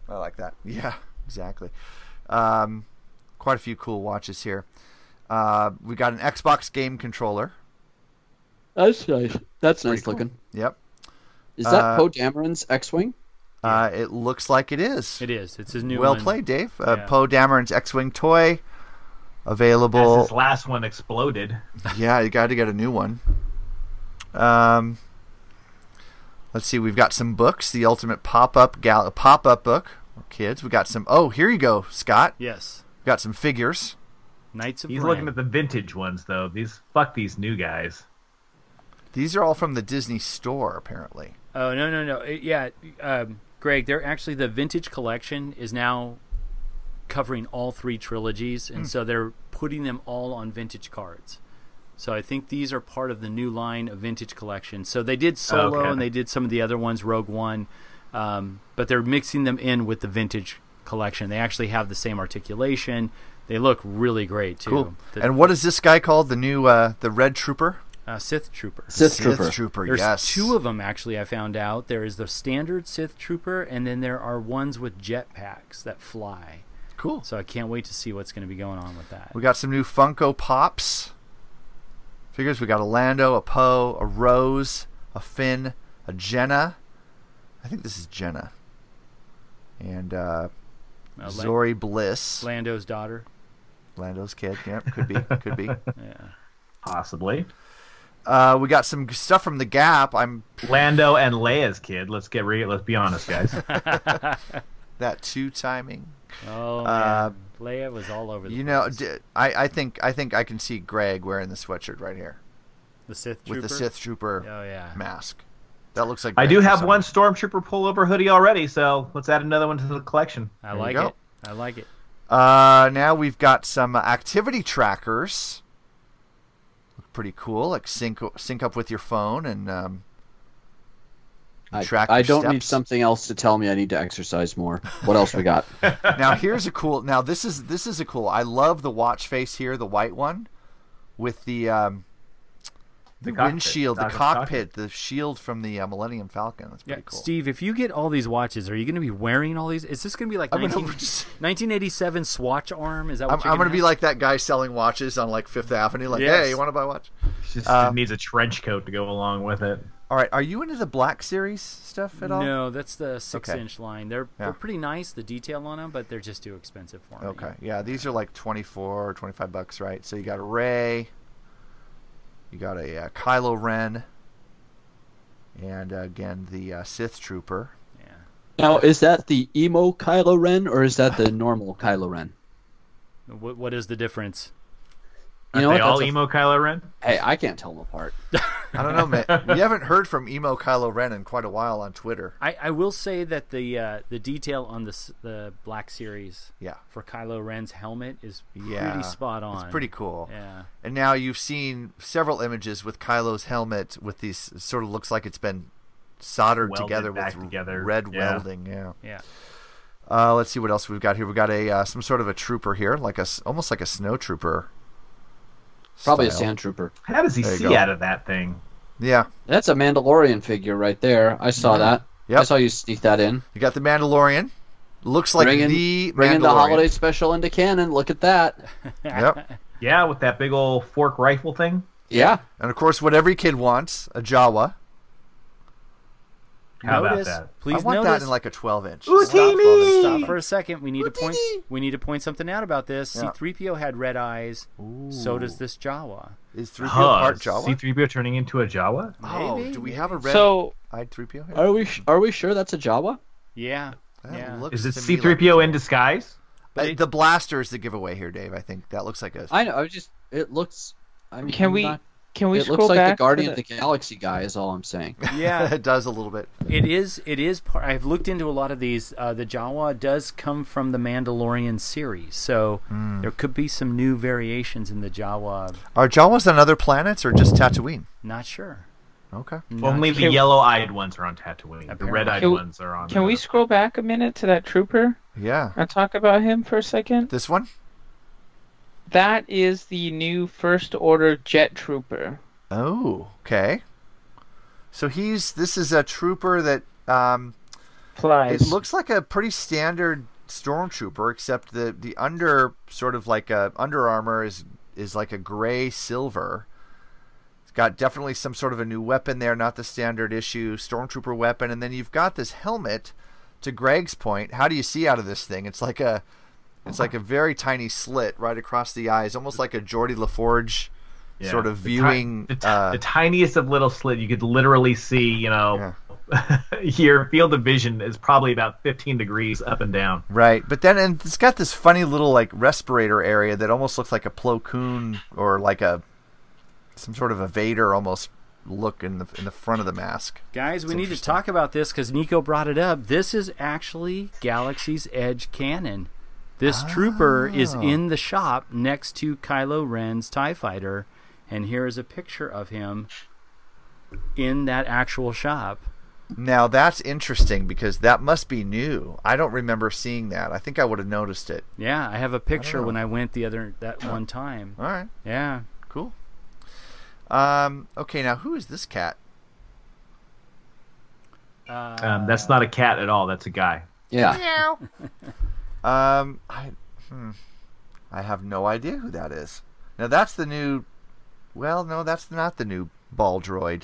I like that. Yeah, exactly. Um, quite a few cool watches here. Uh, we got an Xbox game controller.
That's nice. That's nice
cool.
looking.
Yep.
Is that
Uh,
Poe Dameron's X-wing?
Uh, it looks like it is.
It is. It's his new
well
one.
played, Dave. Uh,
Yeah.
Poe Dameron's X-wing toy
As
available.
his last one exploded.
yeah, you got to get a new one. Um, let's see. We've got some books. The Ultimate Pop-Up Gal- Pop-Up Book for kids. We got some. Oh, here you go, Scott.
Yes.
We got some figures.
Knights of
He's
Ren.
looking at the vintage ones though. These fuck these new guys.
These are all from the Disney Store, apparently.
Oh no no no! It- yeah, um, Greg, they're actually the vintage collection is now covering all three trilogies,
Hmm.
and so they're putting them all on vintage cards. So I think these are part of the new line of vintage collection. So they did Solo
Okay.
and they did some of the other ones, Rogue One, um, but they're mixing them in with the vintage collection. They actually have the same articulation. They look really great too.
Cool.
The,
and what is this guy called? The new uh, the Red Trooper.
uh, Sith Trooper.
Sith Trooper.
Sith Trooper.
There's
yes.
two of them actually. I found out there is the standard Sith trooper, and then there are ones with jetpacks that fly.
Cool.
So I can't wait to see what's going to be going on with that.
We got some new Funko Pops figures. We got a Lando, a Poe, a Rose, a Finn, a Jenna. I think this is Jenna. And uh,
Uh, Lan-
Zori Bliss,
Lando's daughter.
Lando's kid. Yep, could be, could be.
Yeah.
Possibly.
Uh, we got some stuff from the Gap. I'm
Lando and Leia's kid. Let's get re- let's be honest, guys.
that two timing.
Oh
Uh,
man, Leia was all over the
You know,
place.
d- I, I think I think I can see Greg wearing the sweatshirt right here
the Sith trooper
with the Sith Trooper
Oh yeah.
mask. That looks like
I
Greg
do
for
have
some
one
reason.
stormtrooper pullover hoodie already, so let's add another one to the collection.
I
you
like
go.
it. I like it.
Uh, now we've got some uh, activity trackers. Look pretty cool. Like sync sync up with your phone and um,
I,
track
I
your
don't
steps.
need something else to tell me I need to exercise more. What else we got?
now here's a cool. Now this is this is a cool. I love the watch face here, the white one, with the um, the,
cockpit.
windshield, the
Not the
cockpit, the shield from the uh, Millennium Falcon. That's
Yeah,
pretty cool.
Steve, if you get all these watches, are you going to be wearing all these? Is this going to be like
I'm gonna
19, 1987 Swatch arm? Is that
I'm,
what you're
I'm gonna be
have?
like that guy selling watches on like Fifth Avenue. Like,
Yes.
hey, you want to buy a watch?
Just
Uh,
needs a trench coat to go along with it.
All right, are you into the Black Series stuff at all?
No, that's the six
Okay.
inch line. They're
Yeah.
they're pretty nice, the detail on them, but they're just too expensive for me.
Okay. Yeah, these are like 24 or 25 bucks, right? So you got a Ray, you got a uh, Kylo Ren, and uh, again the uh, Sith Trooper.
Yeah.
Now, is that the emo Kylo Ren or is that the normal Kylo Ren?
What, what is the difference?
You know, they all a... emo Kylo Ren.
Hey, I can't tell them apart.
I don't know, man. We haven't heard from emo Kylo Ren in quite a while on Twitter.
I, I will say that the uh, the detail on this the Black Series,
yeah,
for Kylo Ren's helmet is pretty yeah, spot on.
It's pretty cool.
Yeah.
And now you've seen several images with Kylo's helmet with these sort of looks like it's been soldered
Welded
together with
together.
red
yeah.
welding. Yeah.
Yeah.
Uh, let's see what else we've got here. We've got a uh, some sort of a trooper here, like a almost like a snow trooper
Probably style. a sand trooper.
How does he see go. out of that thing?
Yeah.
That's a Mandalorian figure right there. I
Mm-hmm.
saw yeah. that. Yep. I saw you sneak that in.
You got the Mandalorian. Looks like
bringing,
the
bringing
Mandalorian.
the holiday special into canon. Look at that.
yep.
Yeah, with that big old fork rifle thing.
Yeah.
And of course, what every kid wants a Jawa.
How
notice,
about that?
Please
I want
notice.
that in like a 12 inch.
Ooh,
stop,
teeny!
stop for a second. We need to point. We need to point something out about this.
Yeah.
C-3PO had red eyes. So does this Jawa.
Is 3PO
Huh,
part Jawa?
C-3PO turning into a Jawa?
oh,
Maybe.
do we have a red
So
eyed 3PO here?
Are we are we sure that's a Jawa?
Yeah.
That
yeah.
looks
Is it
to me
C-3PO in disguise?
Like... Uh, the blaster is the giveaway here, Dave. I think that looks like a.
I know. I was just. It looks. I mean,
Can we-
not-
Can we
it
scroll
looks like the
back to
Guardian of the Galaxy guy. Is all I'm saying.
Yeah.
it does a little bit.
it is. It is part. I've looked into a lot of these. Uh, the Jawa does come from the Mandalorian series, so
Hmm.
there could be some new variations in the Jawa.
Are Jawas on other planets or just Tatooine?
Not sure.
Okay.
Not
Only the
Can-
yellow-eyed ones are on Tatooine. The
Apparently.
red-eyed
Can-
ones are on.
Can we
the-
scroll back a minute to that trooper
Yeah.
and talk about him for a second?
This one?
That is the new First Order jet trooper.
Oh, okay. So he's. This is a trooper that. Um,
Plies.
It looks like a pretty standard stormtrooper, except the the under sort of like a under armor is is like a gray silver. It's got definitely some sort of a new weapon there, not the standard issue stormtrooper weapon, and then you've got this helmet. To Greg's point, how do you see out of this thing? It's like a it's like a very tiny slit right across the eyes, almost like a Geordie LaForge
Yeah.
sort of
The ti-
viewing.
the, ti-
uh,
the tiniest of little slit you could literally see you know your field of vision is probably about 15 degrees up and down
Right, but then and it's got this funny little like respirator area that almost looks like a Plo Koon or like a some sort of a Vader almost look in the in the front of the mask.
Guys, we need
It's
to
interesting.
talk about this because Nico brought it up. This is actually Galaxy's Edge canon. This trooper is
Oh.
in the shop next to Kylo Ren's TIE fighter, and here is a picture of him in that actual shop.
Now that's interesting because that must be new. I don't remember seeing that. I think I would have noticed it.
Yeah, I have a picture
know.
when I went the other that one time.
All right,
Yeah.
cool. Um, okay, now who is this cat?
Uh,
um, that's not a cat at all that's a guy
Yeah.
Um, I hmm, I have no idea who that is. Now that's the new. Well, no, that's not the new ball droid.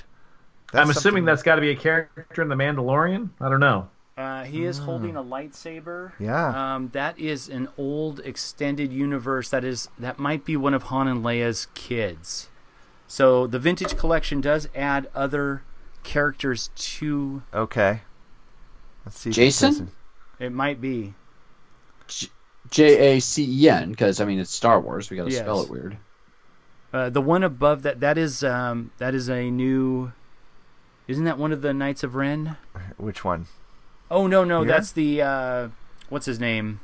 That's
i'm assuming
something-
that's got to be a character in the mandalorian i don't know
Uh, he is holding a lightsaber.
Ah.
Yeah.
Um, that is an old extended universe. That is that might be one of Han and Leia's kids. So the vintage collection does add other characters to.
Okay. Let's see. if
Jason?
it's Jason.
It might be.
J A C E N because I mean it's Star Wars. We got to
Yes.
spell it weird.
Uh, the one above that that is um, that is a new. Isn't that one of the Knights of Ren?
Which one?
Oh no no
Here?
that's the uh, what's his name?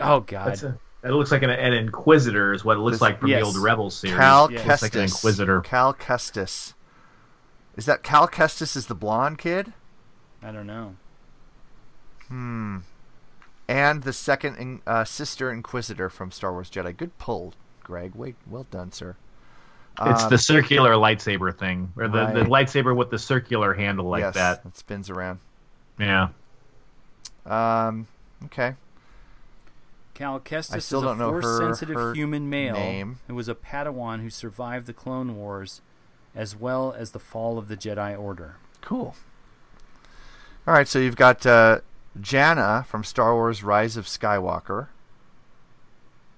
Oh God.
that's a, that looks like an, an inquisitor is what it looks
This-
like from
yes.
the old rebels series
Cal
Yeah.
Kestis.
Looks like an Inquisitor.
Cal Kestis. Is that Cal Kestis is the blonde kid?
I don't know.
Hmm. And the second in, uh, sister Inquisitor from Star Wars Jedi. Good pull, Greg. Wait, well done, sir.
it's
Um,
the circular lightsaber thing or the, the
right.
lightsaber with the circular handle like
yes,
that
It spins around.
yeah
Um. Okay.
Cal Kestis
still
is a
don't know her-
force-sensitive
her
human male
name.
who was a Padawan who survived the Clone Wars, as well as the fall of the Jedi Order.
Cool. All right. So you've got uh, Janna from Star Wars: Rise of Skywalker.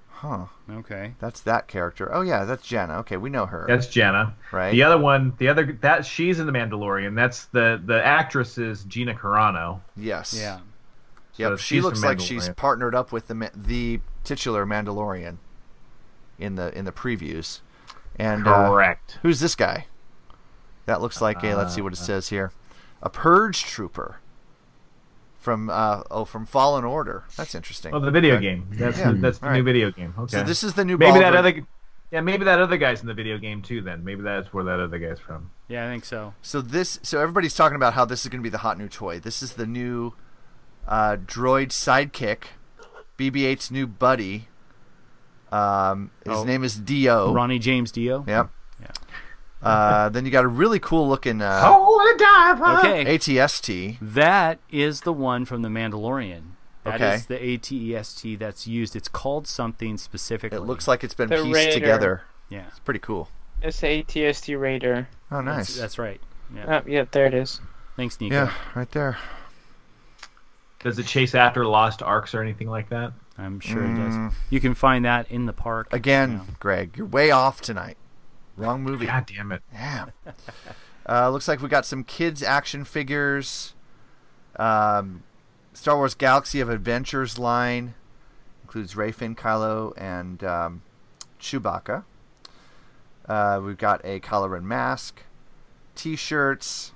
Huh.
Okay.
That's that character. Oh yeah, that's Janna. Okay, we know her.
That's Jenna.
Right.
The other one, the other that she's in the Mandalorian. That's the the actress is Gina Carano.
Yes.
Yeah.
Yep,
So
she
she's the
looks like she's
Mandalorian.
partnered up with the ma- the titular Mandalorian in the in the previews. And uh,
Correct.
who's this guy? That looks like a. Let's see
Uh,
what it says here. A purge trooper from uh, oh from Fallen Order. That's interesting.
Oh, the video
Right.
game. That's
Yeah.
the, that's the
All right.
new video game. Okay.
So this is the new
Maybe that
Baldwin.
other. Yeah, maybe that other guy's in the video game too. Then maybe that's where that other guy's from.
Yeah, I think so.
So this, so everybody's talking about how this is going to be the hot new toy. This is the new uh, droid sidekick, BB-8's new buddy. Um, his
Oh.
name is Dio.
Ronnie James Dio.
Yep. Uh, then you got a really cool looking uh,
Oh, the diver.
Okay.
ATST.
That is the one from The Mandalorian. That
Okay.
is the ATEST that's used. It's called something specifically.
It looks like it's been
The
pieced
Raider.
together.
Yeah.
It's pretty cool.
It's ATST Raider.
Oh, nice.
That's, that's right. Yeah.
Oh, yeah, there it is.
Thanks, Nico.
yeah, right there.
Does it chase after lost arcs or anything like that?
I'm sure it does. You can find that in the park.
Mm. Again, Greg, you're way off tonight. Wrong movie.
God damn it!
Damn. uh, looks like we got some kids action figures. Um, Star Wars Galaxy of Adventures line includes Ray, Finn, Kylo, and um, Chewbacca. Uh, we've got a Kylo Ren mask, T-shirts,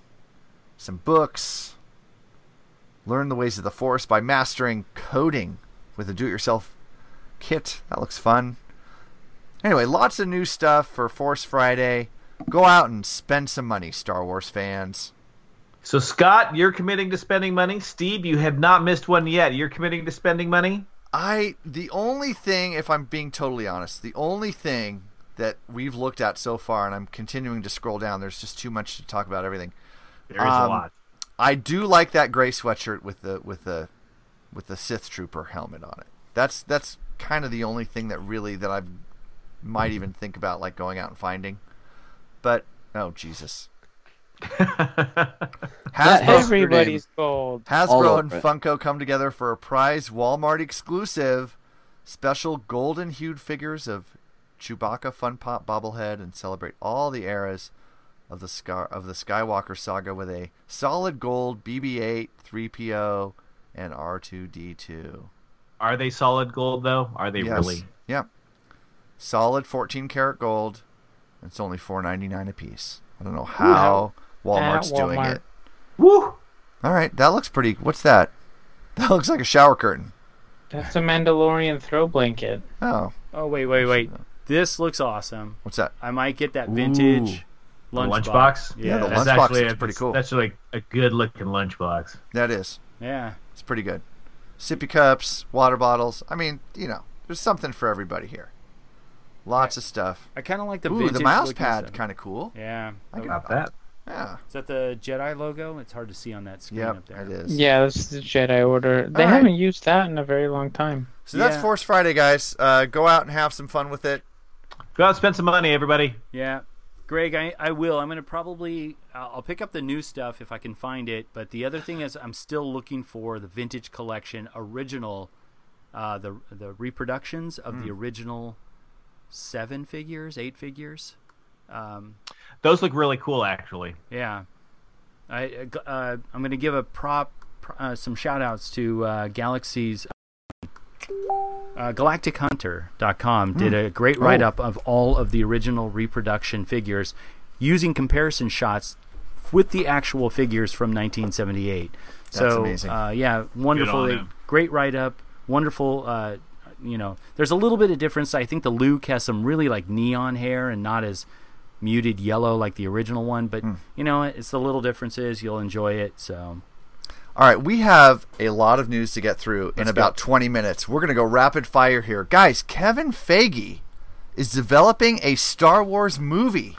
some books. Learn the ways of the Force by mastering coding with a do-it-yourself kit. That looks fun. Anyway, lots of new stuff for Force Friday. Go out and spend some money, Star Wars fans.
So Scott, you're committing to spending money. Steve, you have not missed one yet. You're committing to spending money.
I the only thing, if I'm being totally honest, the only thing that we've looked at so far, and I'm continuing to scroll down. There's just too much to talk about everything.
There is a
Um,
lot.
I do like that gray sweatshirt with the with the with the Sith trooper helmet on it. That's that's kind of the only thing that really that I might even think about like going out and finding. But oh Jesus,
That
Hasbro,
Everybody's gold.
All
Hasbro
over
and
it.
Funko come together for a prize Walmart exclusive special golden hued figures of Chewbacca Fun Pop bobblehead and celebrate all the eras of the Scar- of the Skywalker saga with a solid gold BB-8, 3PO, and R2D2.
Are they solid gold though? Are they
Yes.
really?
Yep. Solid 14 karat gold. It's only 4.99 a piece. I don't know how Walmart's doing
Walmart.
it.
Woo!
All right, that looks pretty. What's that? That looks like a shower curtain.
That's a Mandalorian throw blanket.
Oh,
Oh wait, wait, wait. This looks awesome.
what's that?
I might get that vintage
The
lunchbox.
lunchbox.
Yeah,
the
that's
lunchbox
actually
is
a-
pretty cool.
That's like a good looking lunchbox.
That is.
Yeah.
It's pretty good. Sippy cups, water bottles. I mean, you know, there's something for everybody here. Lots of stuff.
I kind of like the
Ooh,
vintage
the mouse
looking
pad,
stuff.
kind of cool.
Yeah.
I
Okay.
got-
Not that.
Yeah,
Is that the Jedi logo? It's hard to see on that screen
yeah,
up there.
it is.
Yeah, that's the Jedi Order. They
Alright.
haven't used that in a very long time.
So that's
Yeah.
Force Friday, guys. Uh, go out and have some fun with it.
Go out and spend some money, everybody.
Yeah. Greg, I, I will. I'm going to probably I'll I'll pick up the new stuff if I can find it, but the other thing is I'm still looking for the vintage collection original uh, the the reproductions of
Hmm.
the original 7 figures, 8 figures. Um,
Those look really cool, actually.
Yeah, I uh, g- uh, I'm going to give a prop pr- uh, some shout outs to uh, Galaxy's uh,
Hmm.
GalacticHunter.com did a great
Oh.
write up of all of the original reproduction figures using comparison shots with the actual figures from 1978.
That's
so
amazing.
Uh, yeah, wonderful,
Good on 'em.
great write up, wonderful. Uh, you know, there's a little bit of difference. I think the Luke has some really like neon hair and not as muted yellow like the original one, but
Hmm.
you know, it's the little differences. You'll enjoy it. So
All right, we have a lot of news to get through in
Let's
about 20 minutes. We're going to go rapid fire here. Guys, Kevin Feige is developing a Star Wars movie.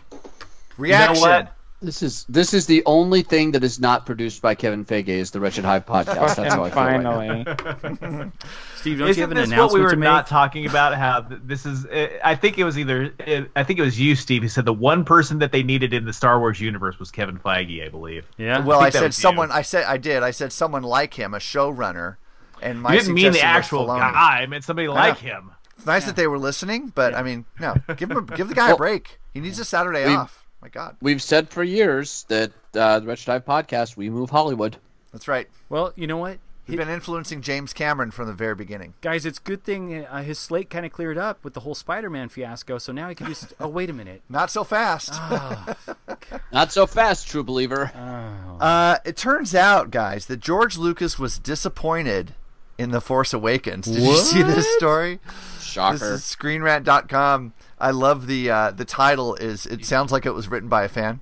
Reaction.
what?
This is this is the only thing that is not produced by Kevin Feige is the Wretched Hive podcast. That's how I
Fucking
feel. Right now.
finally.
Steve, don't you
Isn't
have an
this
announcement
what we were
to make?
not talking about? How th- this is? eh, I think it was either. eh, I think it was you, Steve, who said the one person that they needed in the Star Wars universe was Kevin Feige. I believe.
yeah.
Well,
I
I,
think that
said
was you.
someone. I said I did. I said someone like him, a showrunner. And my
you didn't mean the
suggestion was
actual
Filoni.
guy. I meant somebody like him.
It's nice that they were listening, but I mean, no, give him a, give the guy a
Well-
break. He needs a Saturday
We-
off. My God,
We've said for years that uh, the Wretched Hive podcast we move Hollywood.
that's right.
Well, you know what?
He's been influencing James Cameron from the very beginning.
Guys, it's good thing uh, his slate kind of cleared up with the whole Spider-Man fiasco. So now he can just. oh, wait a minute.
Not so fast.
Oh.
Ah.
Not so fast, true believer.
Oh.
Uh, it turns out, guys, that George Lucas was disappointed in The Force Awakens. Did you see this
What?
story? This
Shocker.
is screenrant.com. I love the uh, the title is it sounds like it was written by a fan.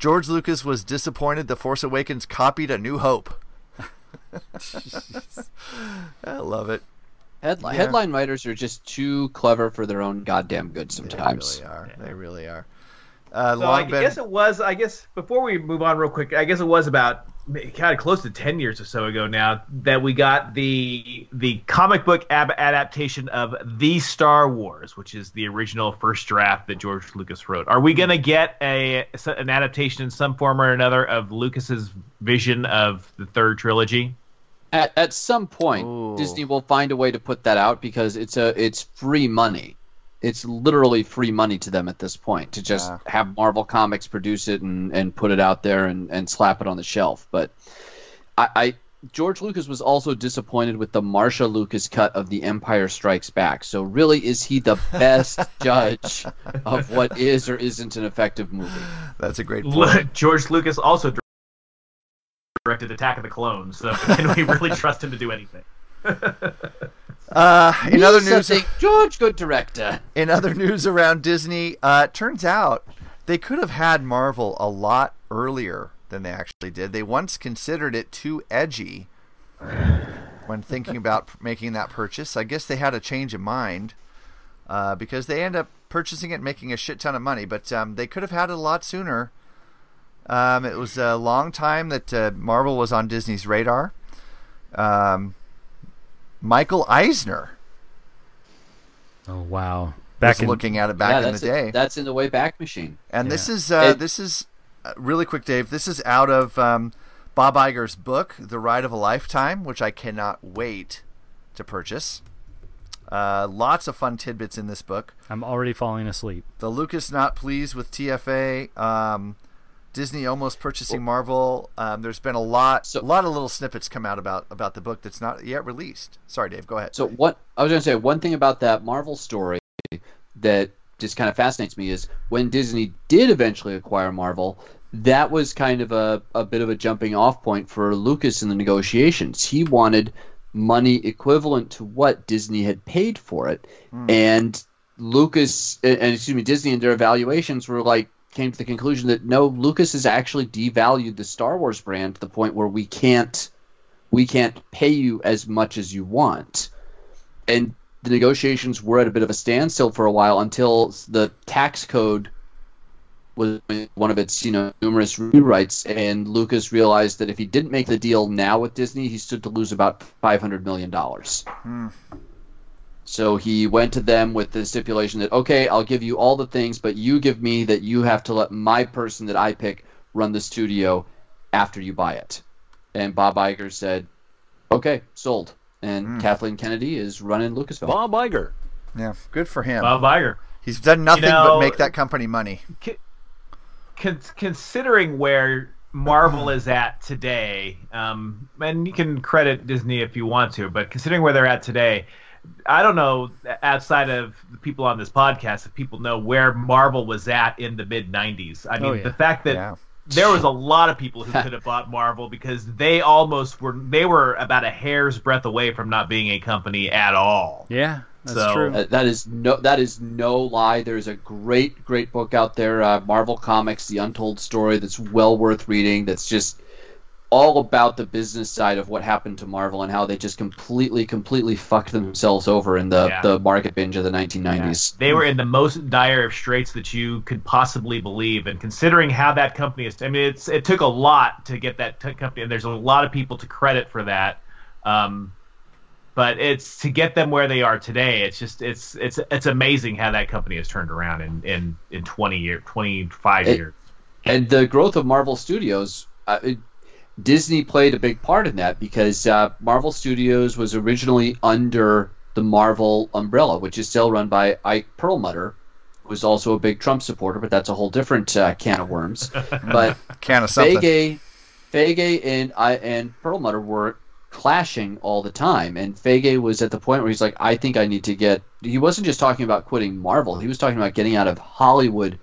George Lucas was disappointed The Force Awakens copied A New Hope. I love it.
Head-
Yeah.
Headline writers are just too clever for their own goddamn good sometimes.
They really are. They really are. Uh,
So
long
I
been-
guess it was. I guess before we move on, real quick, I guess it was about kind of close to ten years or so ago now that we got the the comic book ab- adaptation of the Star Wars, which is the original first draft that George Lucas wrote. Are
Hmm.
we gonna get a an adaptation in some form or another of Lucas's vision of the third trilogy?
At, at some point,
Ooh.
Disney will find a way to put that out because it's a it's free money. It's literally free money to them at this point to just
Yeah.
have Marvel Comics produce it and, and put it out there and, and slap it on the shelf. But I, I George Lucas was also disappointed with the Marsha Lucas cut of The Empire Strikes Back. So really, is he the best judge of what is or isn't an effective movie?
That's a great point.
Look, George Lucas also directed Attack of the Clones, so can we really trust him to do anything?
Uh, in other news,
Something- George, good director.
in other news around Disney, uh, it turns out they could have had Marvel a lot earlier than they actually did. They once considered it too edgy when thinking about p- making that purchase. I guess they had a change of mind uh, because they end up purchasing it, making a shit ton of money. But um, they could have had it a lot sooner. Um, it was a long time that uh, Marvel was on Disney's radar. Um, Michael Eisner
Oh wow.
was looking at it back
Yeah,
in the
that's
day.
it. that's in the way back machine.
And this is uh,
It-
this is uh, really quick, Dave. This is out of um, Bob Iger's book, The Ride of a Lifetime, which I cannot wait to purchase. Uh, lots of fun tidbits in this book.
I'm already falling asleep.
The Lucas not pleased with TFA. Um, Disney almost purchasing Marvel. Um, there's been a lot,
So-
a lot of little snippets come out about about the book that's not yet released. Sorry, Dave. Go ahead.
So what I was going to say one thing about that Marvel story that just kind of fascinates me is when Disney did eventually acquire Marvel, that was kind of a, a bit of a jumping off point for Lucas in the negotiations. He wanted money equivalent to what Disney had paid for it, and Lucas and and excuse me Disney in their evaluations were like came to the conclusion that no Lucas has actually devalued the Star Wars brand to the point where we can't we can't pay you as much as you want and the negotiations were at a bit of a standstill for a while until the tax code was one of its you know numerous rewrites and Lucas realized that if he didn't make the deal now with Disney he stood to lose about 500 million dollars. So he went to them with the stipulation that okay, I'll give you all the things but you give me that you have to let my person that I pick run the studio after you buy it. And Bob Iger said, "Okay, sold." And Kathleen Kennedy is running Lucasfilm.
Bob Iger.
Yeah, good for him.
Bob Iger.
He's done nothing but
know-
make that company money.
con- considering where Marvel is at today, um, and you can credit Disney if you want to, but considering where they're at today, I don't know outside of the people on this podcast if people know where Marvel was at in the mid '90s. I mean,
Oh, yeah.
the fact that
Yeah.
there was a lot of people who could have bought Marvel because they almost were they were about a hair's breadth away from not being a company at all.
Yeah, that's
So-
true.
Uh, that is no that is no lie. There's a great great book out there, uh, Marvel Comics: The Untold Story, that's well worth reading. That's just all about the business side of what happened to Marvel and how they just completely completely fucked themselves over in the
Yeah.
the market binge of the 1990s.
They were in the most dire of straits that you could possibly believe, and considering how that company is, I mean, it's it took a lot to get that t- company, and there's a lot of people to credit for that. Um, but it's to get them where they are today. It's just it's it's it's amazing how that company has turned around in in in 20 year 25
It-
years.
and the growth of Marvel Studios, uh, it, Disney played a big part in that because uh, Marvel Studios was originally under the Marvel umbrella, which is still run by Ike Perlmutter, who is also a big Trump supporter, but that's a whole different uh, can of worms. but
Can of something.
Fage, Fage and I and Perlmutter were clashing all the time. And Feige was at the point where he's like, I think I need to get. He wasn't just talking about quitting Marvel, he was talking about getting out of Hollywood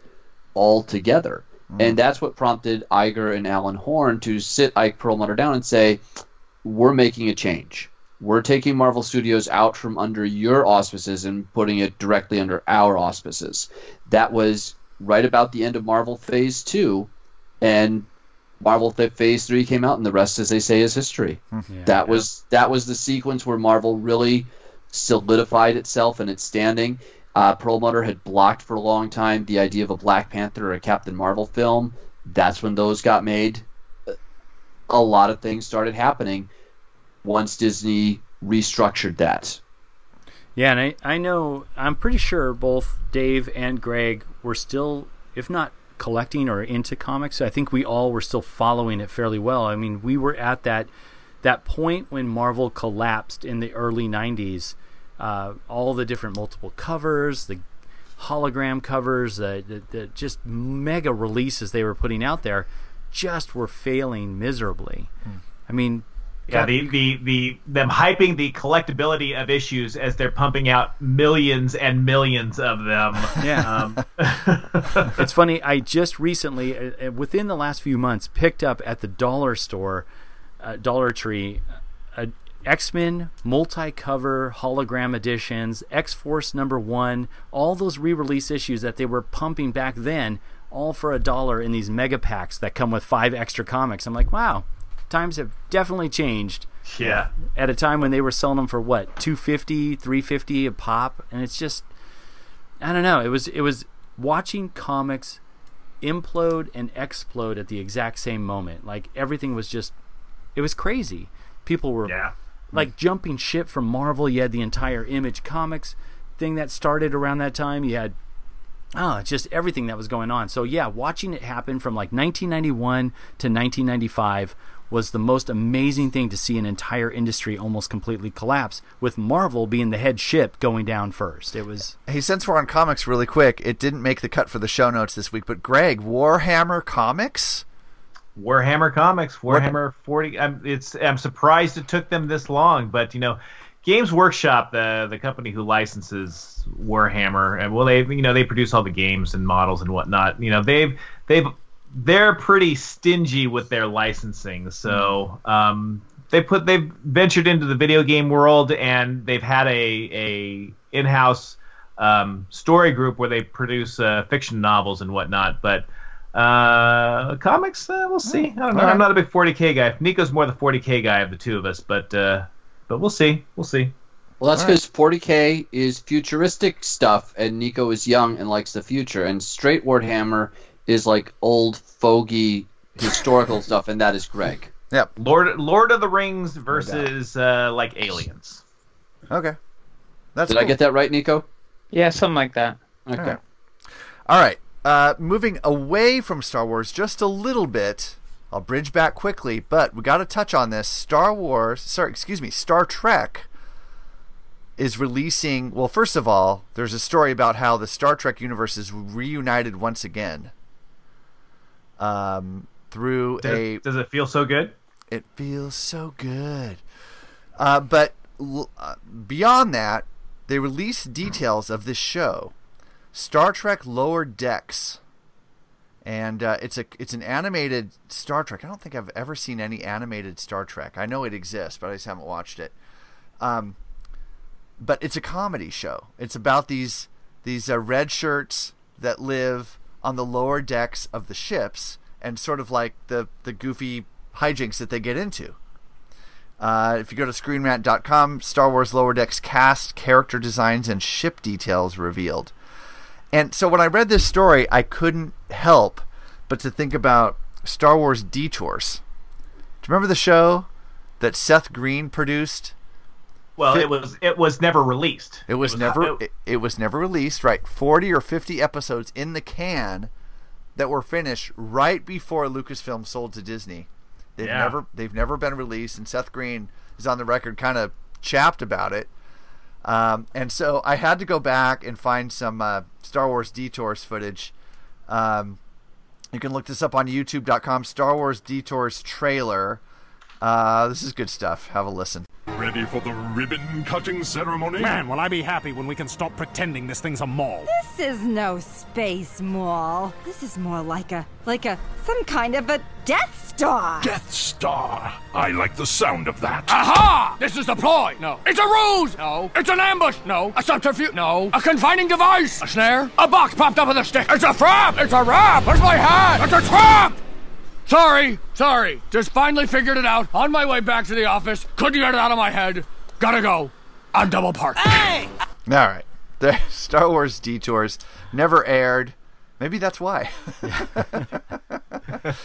altogether. Mm. And that's what prompted Iger and Alan Horn to sit Ike Perlmutter down and say, We're making a change. We're taking Marvel Studios out from under your auspices and putting it directly under our auspices. That was right about the end of Marvel Phase 2. And Marvel Phase Three came out, and the rest, as they say, is history. Yeah, that was yeah. that was the sequence where Marvel really solidified itself and its standing. Uh, Perlmutter had blocked for a long time the idea of a Black Panther or a Captain Marvel film. That's when those got made. A lot of things started happening once Disney restructured that.
Yeah, and I, I know I'm pretty sure both Dave and Greg were still, if not collecting or into comics. I think we all were still following it fairly well. I mean, we were at that that point when Marvel collapsed in the early '90s. Uh, all the different multiple covers, the hologram covers, the, the, the just mega releases they were putting out there, just were failing miserably. Hmm. I mean,
yeah, the, the, the them hyping the collectability of issues as they're pumping out millions and millions of them.
Yeah, um. it's funny. I just recently, uh, within the last few months, picked up at the dollar store, uh, Dollar Tree, uh, X Men multi-cover hologram editions, X Force number one, all those re-release issues that they were pumping back then, all for a dollar in these mega packs that come with five extra comics. I'm like, wow, times have definitely changed.
Yeah.
At a time when they were selling them for what, 250, 350 a pop, and it's just I don't know, it was it was watching comics implode and explode at the exact same moment. Like everything was just it was crazy. People were
yeah.
like jumping ship from Marvel, you had the entire Image Comics thing that started around that time. You had Oh, just everything that was going on. So yeah, watching it happen from like 1991 to 1995 was the most amazing thing to see an entire industry almost completely collapse, with Marvel being the head ship going down first. It was.
Hey, since we're on comics really quick, it didn't make the cut for the show notes this week, but Greg, Warhammer Comics?
Warhammer Comics, Warhammer 40. I'm, it's, I'm surprised it took them this long, but, you know. Games Workshop, the the company who licenses Warhammer, and well, they you know they produce all the games and models and whatnot. You know they've they've they're pretty stingy with their licensing. So um, they put they've ventured into the video game world, and they've had a a in house um, story group where they produce uh, fiction novels and whatnot. But uh, comics, uh, we'll see. I don't know. I'm not a big 40k guy. Nico's more the 40k guy of the two of us, but uh, but we'll see. We'll see.
Well, that's because right. 40k is futuristic stuff, and Nico is young and likes the future, and Straight Warhammer is like old fogey historical stuff, and that is Greg.
Yep.
Lord Lord of the Rings versus uh, like aliens.
Okay.
That's Did cool. I get that right, Nico?
Yeah, something like that.
Okay. All
right. All right. Uh, moving away from Star Wars just a little bit. I'll bridge back quickly, but we got to touch on this. Star Wars, sorry, excuse me, Star Trek is releasing. Well, first of all, there's a story about how the Star Trek universe is reunited once again um, through
does,
a.
Does it feel so good?
It feels so good. Uh, but l- uh, beyond that, they released details of this show, Star Trek Lower Decks, and uh, it's a it's an animated Star Trek. I don't think I've ever seen any animated Star Trek. I know it exists, but I just haven't watched it. Um, but it's a comedy show. It's about these these uh, red shirts that live on the lower decks of the ships and sort of like the, the goofy hijinks that they get into. Uh, if you go to screenrant.com, Star Wars Lower Decks cast, character designs, and ship details revealed. And so when I read this story, I couldn't help but to think about Star Wars Detours. Do you remember the show that Seth Green produced?
Well, it was it was never released.
It was, it was never not, it, it, was never released. Right, forty or fifty episodes in the can that were finished right before Lucasfilm sold to Disney. They've yeah. never they've never been released, and Seth Green is on the record kind of chapped about it. Um, and so I had to go back and find some uh, Star Wars detours footage. Um, you can look this up on YouTube.com. Star Wars detours trailer Uh, this is good stuff. Have a listen.
Ready for the ribbon cutting ceremony?
Man, will I be happy when we can stop pretending this thing's a mall.
This is no space mall. This is more like a like a some kind of a Death Star.
Death Star. I like the sound of that. Ah.
Aha! This is the ploy. No. It's a ruse. No. It's an ambush. No. A subterfuge. No. A confining device. A snare. A box popped up with a stick. It's a trap. It's a wrap. Where's my hat? It's a trap. Sorry, sorry. Just finally figured it out on my way back to the office. Couldn't get it out of my head. Gotta go. I'm double parked. Hey!
All right. The Star Wars detours never aired. Maybe that's why.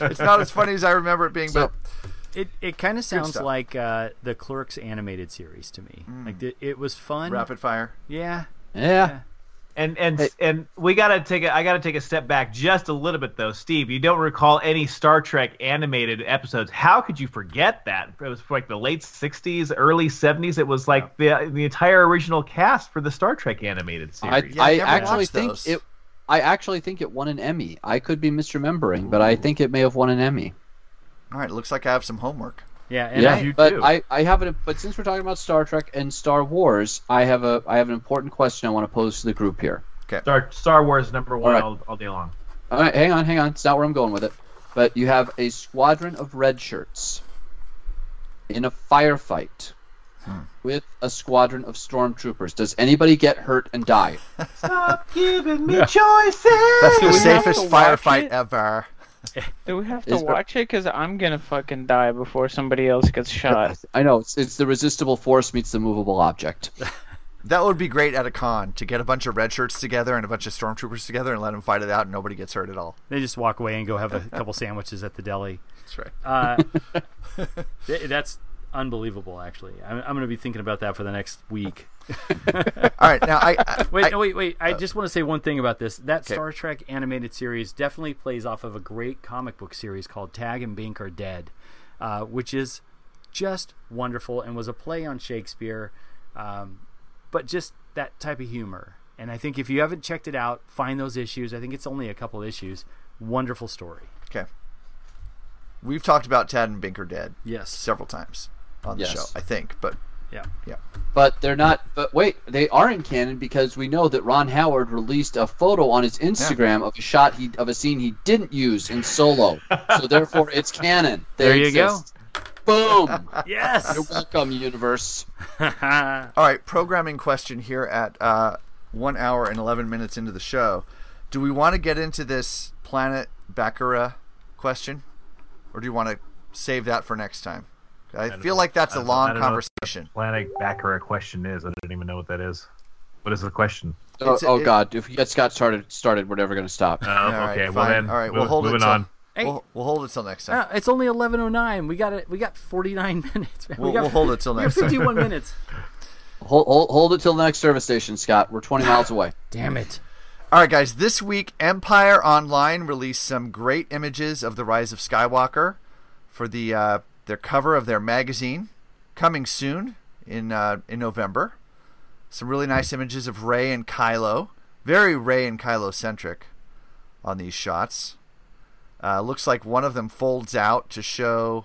it's not as funny as I remember it being, so,
but it it kind of sounds like uh, the Clerks animated series to me. Mm. Like the, it was fun.
Rapid fire.
Yeah.
Yeah. yeah.
And and hey. and we gotta take a, I gotta take a step back just a little bit though, Steve. You don't recall any Star Trek animated episodes. How could you forget that? It was like the late '60s, early '70s. It was like yeah. the the entire original cast for the Star Trek animated series.
I, I, I actually think those. it. I actually think it won an Emmy. I could be misremembering, Ooh. but I think it may have won an Emmy.
All right, looks like I have some homework.
Yeah,
yeah, I, but do. I, I haven't. But since we're talking about Star Trek and Star Wars, I have a I have an important question I want to pose to the group here.
Okay.
Star, Star Wars number one all, right. all, all day long.
All right, hang on, hang on. It's not where I'm going with it. But you have a squadron of red shirts in a firefight hmm. with a squadron of stormtroopers. Does anybody get hurt and die?
Stop giving me yeah. choices.
That's the safest firefight it? ever.
Do we have to it's, watch it? Because I'm gonna fucking die before somebody else gets shot.
I know it's, it's the resistible force meets the movable object.
that would be great at a con to get a bunch of red shirts together and a bunch of stormtroopers together and let them fight it out, and nobody gets hurt at all.
They just walk away and go have a couple sandwiches at the deli.
That's right.
Uh, th- that's unbelievable. Actually, I'm, I'm gonna be thinking about that for the next week.
all right, now I, I
wait,
I,
no, wait, wait. I uh, just want to say one thing about this. That okay. Star Trek animated series definitely plays off of a great comic book series called Tag and Bink Are Dead, uh, which is just wonderful and was a play on Shakespeare, um, but just that type of humor. And I think if you haven't checked it out, find those issues. I think it's only a couple issues. Wonderful story.
Okay. We've talked about Tad and Bink Are Dead.
Yes.
Several times on the yes. show, I think, but
yeah.
Yeah.
But they're not. But wait, they are in canon because we know that Ron Howard released a photo on his Instagram yeah. of a shot he of a scene he didn't use in Solo. so therefore, it's canon. They
there you exist.
go. Boom.
yes.
You're welcome, universe.
All right, programming question here at uh, one hour and eleven minutes into the show. Do we want to get into this planet Baccara question, or do you want to save that for next time? I, I feel know. like that's a long conversation.
Planet Baccarat question is. I don't even know what that is. What is the question?
Oh, a, oh it, God! If it got started, started, we're never going to stop.
Oh, uh, okay. Right, well then,
all right, we'll hold it.
Till, on.
Hey, we'll, we'll, hold it till next time.
Uh, it's only eleven oh nine. We got it. We got forty nine minutes. Man.
We'll, we
got,
we'll hold it till next.
We fifty one minutes.
Hold, hold, hold it till the next service station, Scott. We're twenty miles away.
Damn it!
All right, guys. This week, Empire Online released some great images of the rise of Skywalker for the uh, their cover of their magazine coming soon in uh, in November. Some really nice images of Ray and Kylo, very Ray and Kylo centric on these shots. Uh, looks like one of them folds out to show,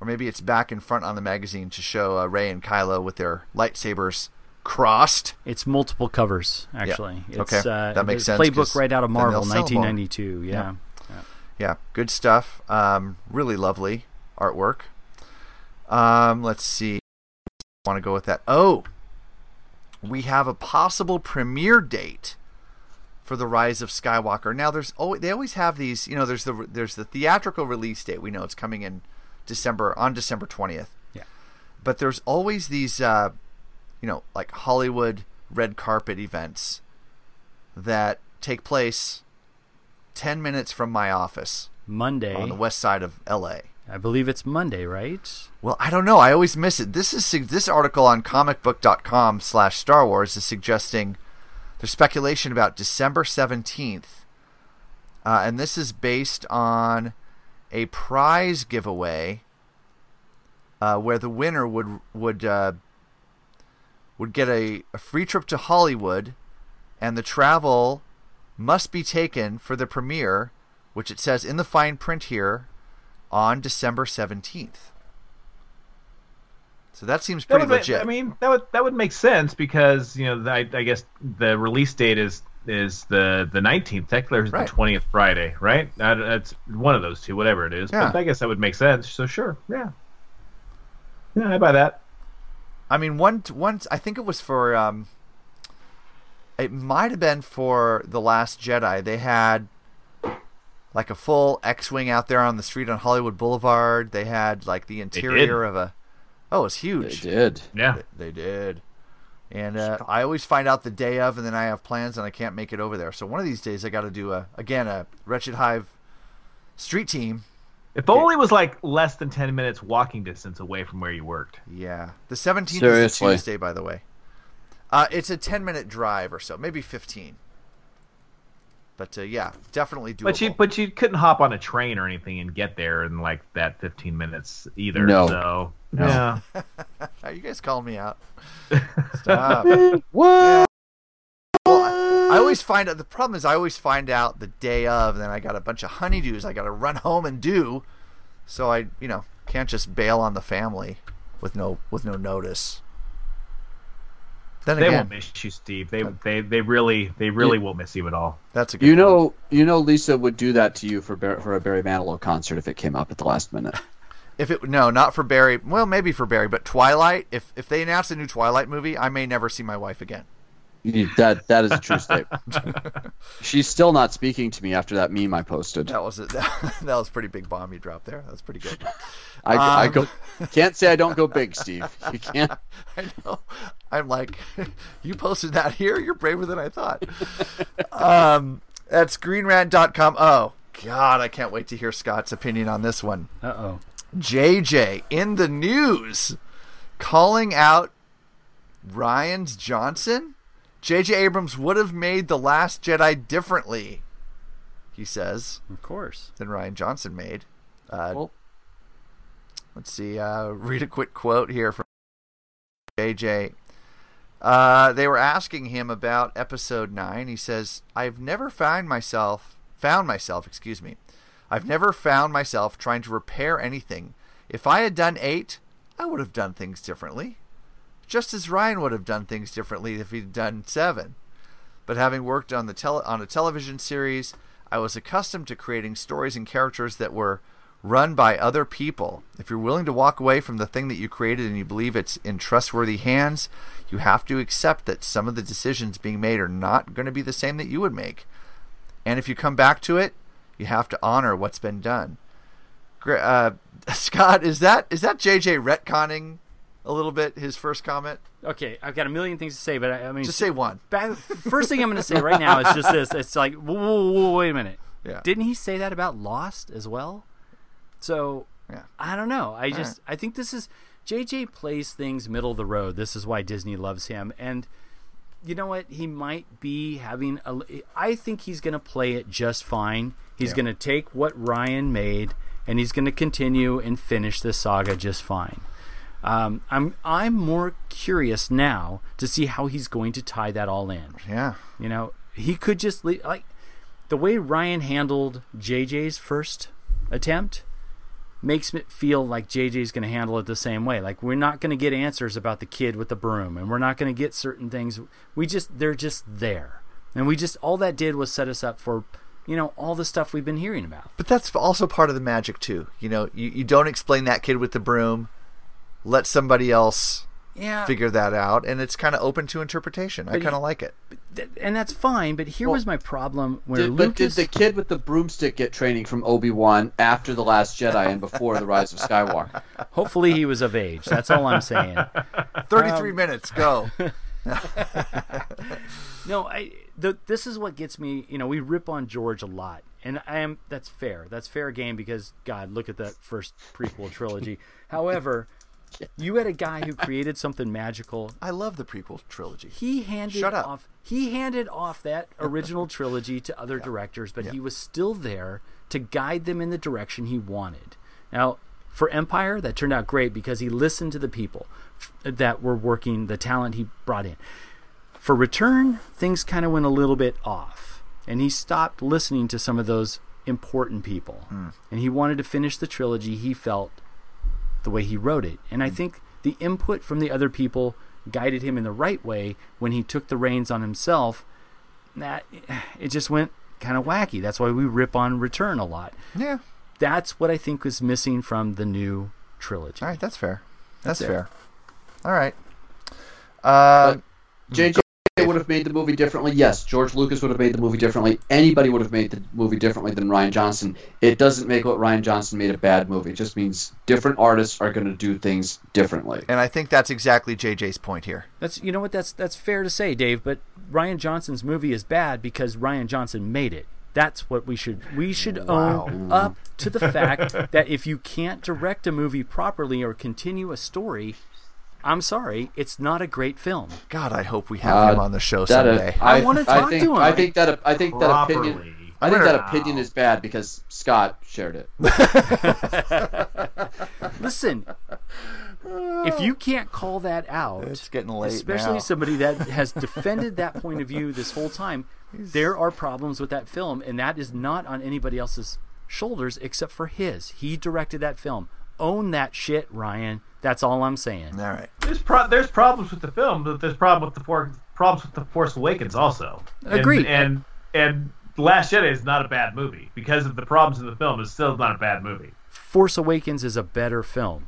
or maybe it's back in front on the magazine to show uh, Ray and Kylo with their lightsabers crossed.
It's multiple covers actually.
Yeah.
It's,
okay, uh, that makes sense.
Playbook right out of Marvel, 1992. Yeah. Yeah.
yeah. yeah. good stuff. Um, really lovely artwork. Um, let's see. I want to go with that? Oh, we have a possible premiere date for the Rise of Skywalker. Now, there's always they always have these. You know, there's the there's the theatrical release date. We know it's coming in December on December twentieth.
Yeah.
But there's always these, uh, you know, like Hollywood red carpet events that take place ten minutes from my office
Monday
on the west side of L.A.
I believe it's Monday, right?
Well, I don't know. I always miss it. This is this article on comicbook.com slash Star Wars is suggesting there's speculation about December 17th. Uh, and this is based on a prize giveaway uh, where the winner would would uh, would get a, a free trip to Hollywood and the travel must be taken for the premiere, which it says in the fine print here on December 17th. So that seems
That
pretty
would
legit.
Make, I mean, that would that would make sense because you know I, I guess the release date is is the the nineteenth. Technically, it's
Right.
the twentieth Friday, right? I don't- That's one of those two, whatever it is. But
Yeah.
I guess that would make sense. So sure, yeah, yeah, I buy that.
I mean, one once I think it was for um, it might have been for the Last Jedi. They had like a full X-wing out there on the street on Hollywood Boulevard. They had like the interior of a oh, it was
They
huge.
did.
Yeah,
They, they did. And uh, I always find out the day of, and then I have plans, and I can't make it over there. So one of these days, I got to do a again a Wretched Hive street team.
if only it was like less than ten minutes walking distance away from where you worked.
Yeah, the seventeenth is a
Seriously.
Tuesday, by the way. Uh, it's a ten-minute drive or so, maybe fifteen. But uh, yeah, definitely doable.
But you but you couldn't hop on a train or anything and get there in like that fifteen minutes either.
No.
So
No.
yeah.
Are you guys calling me out? Stop. what? Well, I, I always find out. The problem is, I always find out the day of, and then I got a bunch of honeydews I got to run home and do. So I, you know, can't just bail on the family with no with no notice. Then
They
again,
won't miss you, Steve. They they they really they really won't miss you at all.
that's a good.
You know, you know, Lisa would do that to you for Bar- for a Barry Manilow concert if it came up at the last minute.
If it no, not for Barry. Well, maybe for Barry, but Twilight. If if they announce a new Twilight movie, I may never see my wife again.
You- that that is a true statement. She's still not speaking to me after that meme I posted.
That was a, that, was a pretty big bomb you dropped there. That was pretty good.
I, I
Um,
go can't say I don't go big, Steve. You can't.
I know. I'm like, you posted that here. You're braver than I thought. um, that's greenrant.com. Oh God, I can't wait to hear Scott's opinion on this one.
Uh oh.
JJ in the news calling out Ryan's Johnson. JJ Abrams would have made The Last Jedi differently, he says,
Of course.
than Ryan Johnson made. Uh,
Well-
let's see. Uh, read a quick quote here from JJ. Uh, they were asking him about episode nine. He says, "I've never found myself found myself, excuse me, I've never found myself trying to repair anything. If I had done eight, I would have done things differently, just as Ryan would have done things differently if he'd done seven. But having worked on the tele- on a television series, I was accustomed to creating stories and characters that were run by other people. If you're willing to walk away from the thing that you created and you believe it's in trustworthy hands, you have to accept that some of the decisions being made are not going to be the same that you would make. And if you come back to it, you have to honor what's been done. Gre- Uh, Scott, is that is that JJ retconning a little bit his first comment?
Okay, I've got a million things to say, but I, I mean,
Just say one.
back, first thing I'm going to say right now is just this. It's like, whoa, whoa, whoa, wait a minute.
Yeah.
Didn't he say that about Lost as well? So
Yeah.
I don't know. I just I think this is JJ plays things middle of the road. This is why Disney loves him. And you know what? He might be having a. I think he's going to play it just fine. He's going to take what Ryan made and he's going to continue and finish this saga just fine. Um, I'm I'm more curious now to see how he's going to tie that all in.
Yeah.
You know, he could just leave, like the way Ryan handled JJ's first attempt makes me feel like JJ's going to handle it the same way. Like we're not going to get answers about the kid with the broom and we're not going to get certain things. We just they're just there. And we just all that did was set us up for, you know, all the stuff we've been hearing about.
But that's also part of the magic too. You know, you, you don't explain that kid with the broom. Let somebody else
Yeah.
figure that out, and it's kind of open to interpretation. I
But you-
kind of like it.
Th- and that's fine, but here was my problem where
Did, but did
Lucas
the kid with the broomstick get training from Obi Wan after the Last Jedi and before the Rise of Skywalker?
hopefully he was of age. That's all I'm saying.
Thirty-three minutes, go.
No, I. The, this is what gets me. You know, we rip on George a lot, and I am. That's fair. That's fair game because God, look at that first prequel trilogy. However, you had a guy who created something magical.
I love the prequel trilogy.
He handed
Shut up.
off. He handed off that original trilogy to other directors, but he was still there to guide them in the direction he wanted. Now, for Empire, that turned out great because he listened to the people f- that were working, the talent he brought in. For Return, things kind of went a little bit off, and he stopped listening to some of those important
Hmm.
people. And he wanted to finish the trilogy he felt the way he wrote it. And I think the input from the other people guided him in the right way when he took the reins on himself. That it just went kind of wacky. That's why we rip on Return a lot.
Yeah.
That's what I think was missing from the new trilogy.
All right, that's fair. That's, that's fair. All right. Uh,
JJ would have made the movie differently. Yes, George Lucas would have made the movie differently. Anybody would have made the movie differently than Ryan Johnson. It doesn't make what Ryan Johnson made a bad movie. It just means different artists are going to do things differently.
And I think that's exactly JJ's point here.
That's you know what that's that's fair to say, Dave, but Ryan Johnson's movie is bad because Ryan Johnson made it. That's what we should we should wow. own up to the fact that if you can't direct a movie properly or continue a story, I'm sorry, it's not a great film.
God, I hope we have uh, him on the show someday.
Is, I, I want to talk
think,
to him.
uh, I think that I think that Properly. opinion. I think wow. that opinion is bad because Scott shared it.
Listen, if you can't call that out,
it's getting late.
Especially
now.
somebody that has defended that point of view this whole time, there are problems with that film, and that is not on anybody else's shoulders except for his. He directed that film. Own that shit, Ryan. That's all I'm saying.
All right.
There's pro- there's problems with the film, but there's problem with the for- problems with the Force Awakens also.
Agreed.
And and, and Last Jedi is not a bad movie because of the problems in the film. It's still not a bad movie.
Force Awakens is a better film.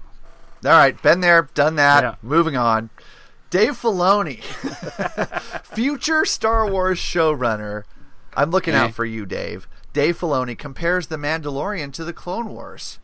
All right, been there, done that. Yeah. Moving on. Dave Filoni, future Star Wars showrunner. I'm looking hey. out for you, Dave. Dave Filoni compares The Mandalorian to The Clone Wars.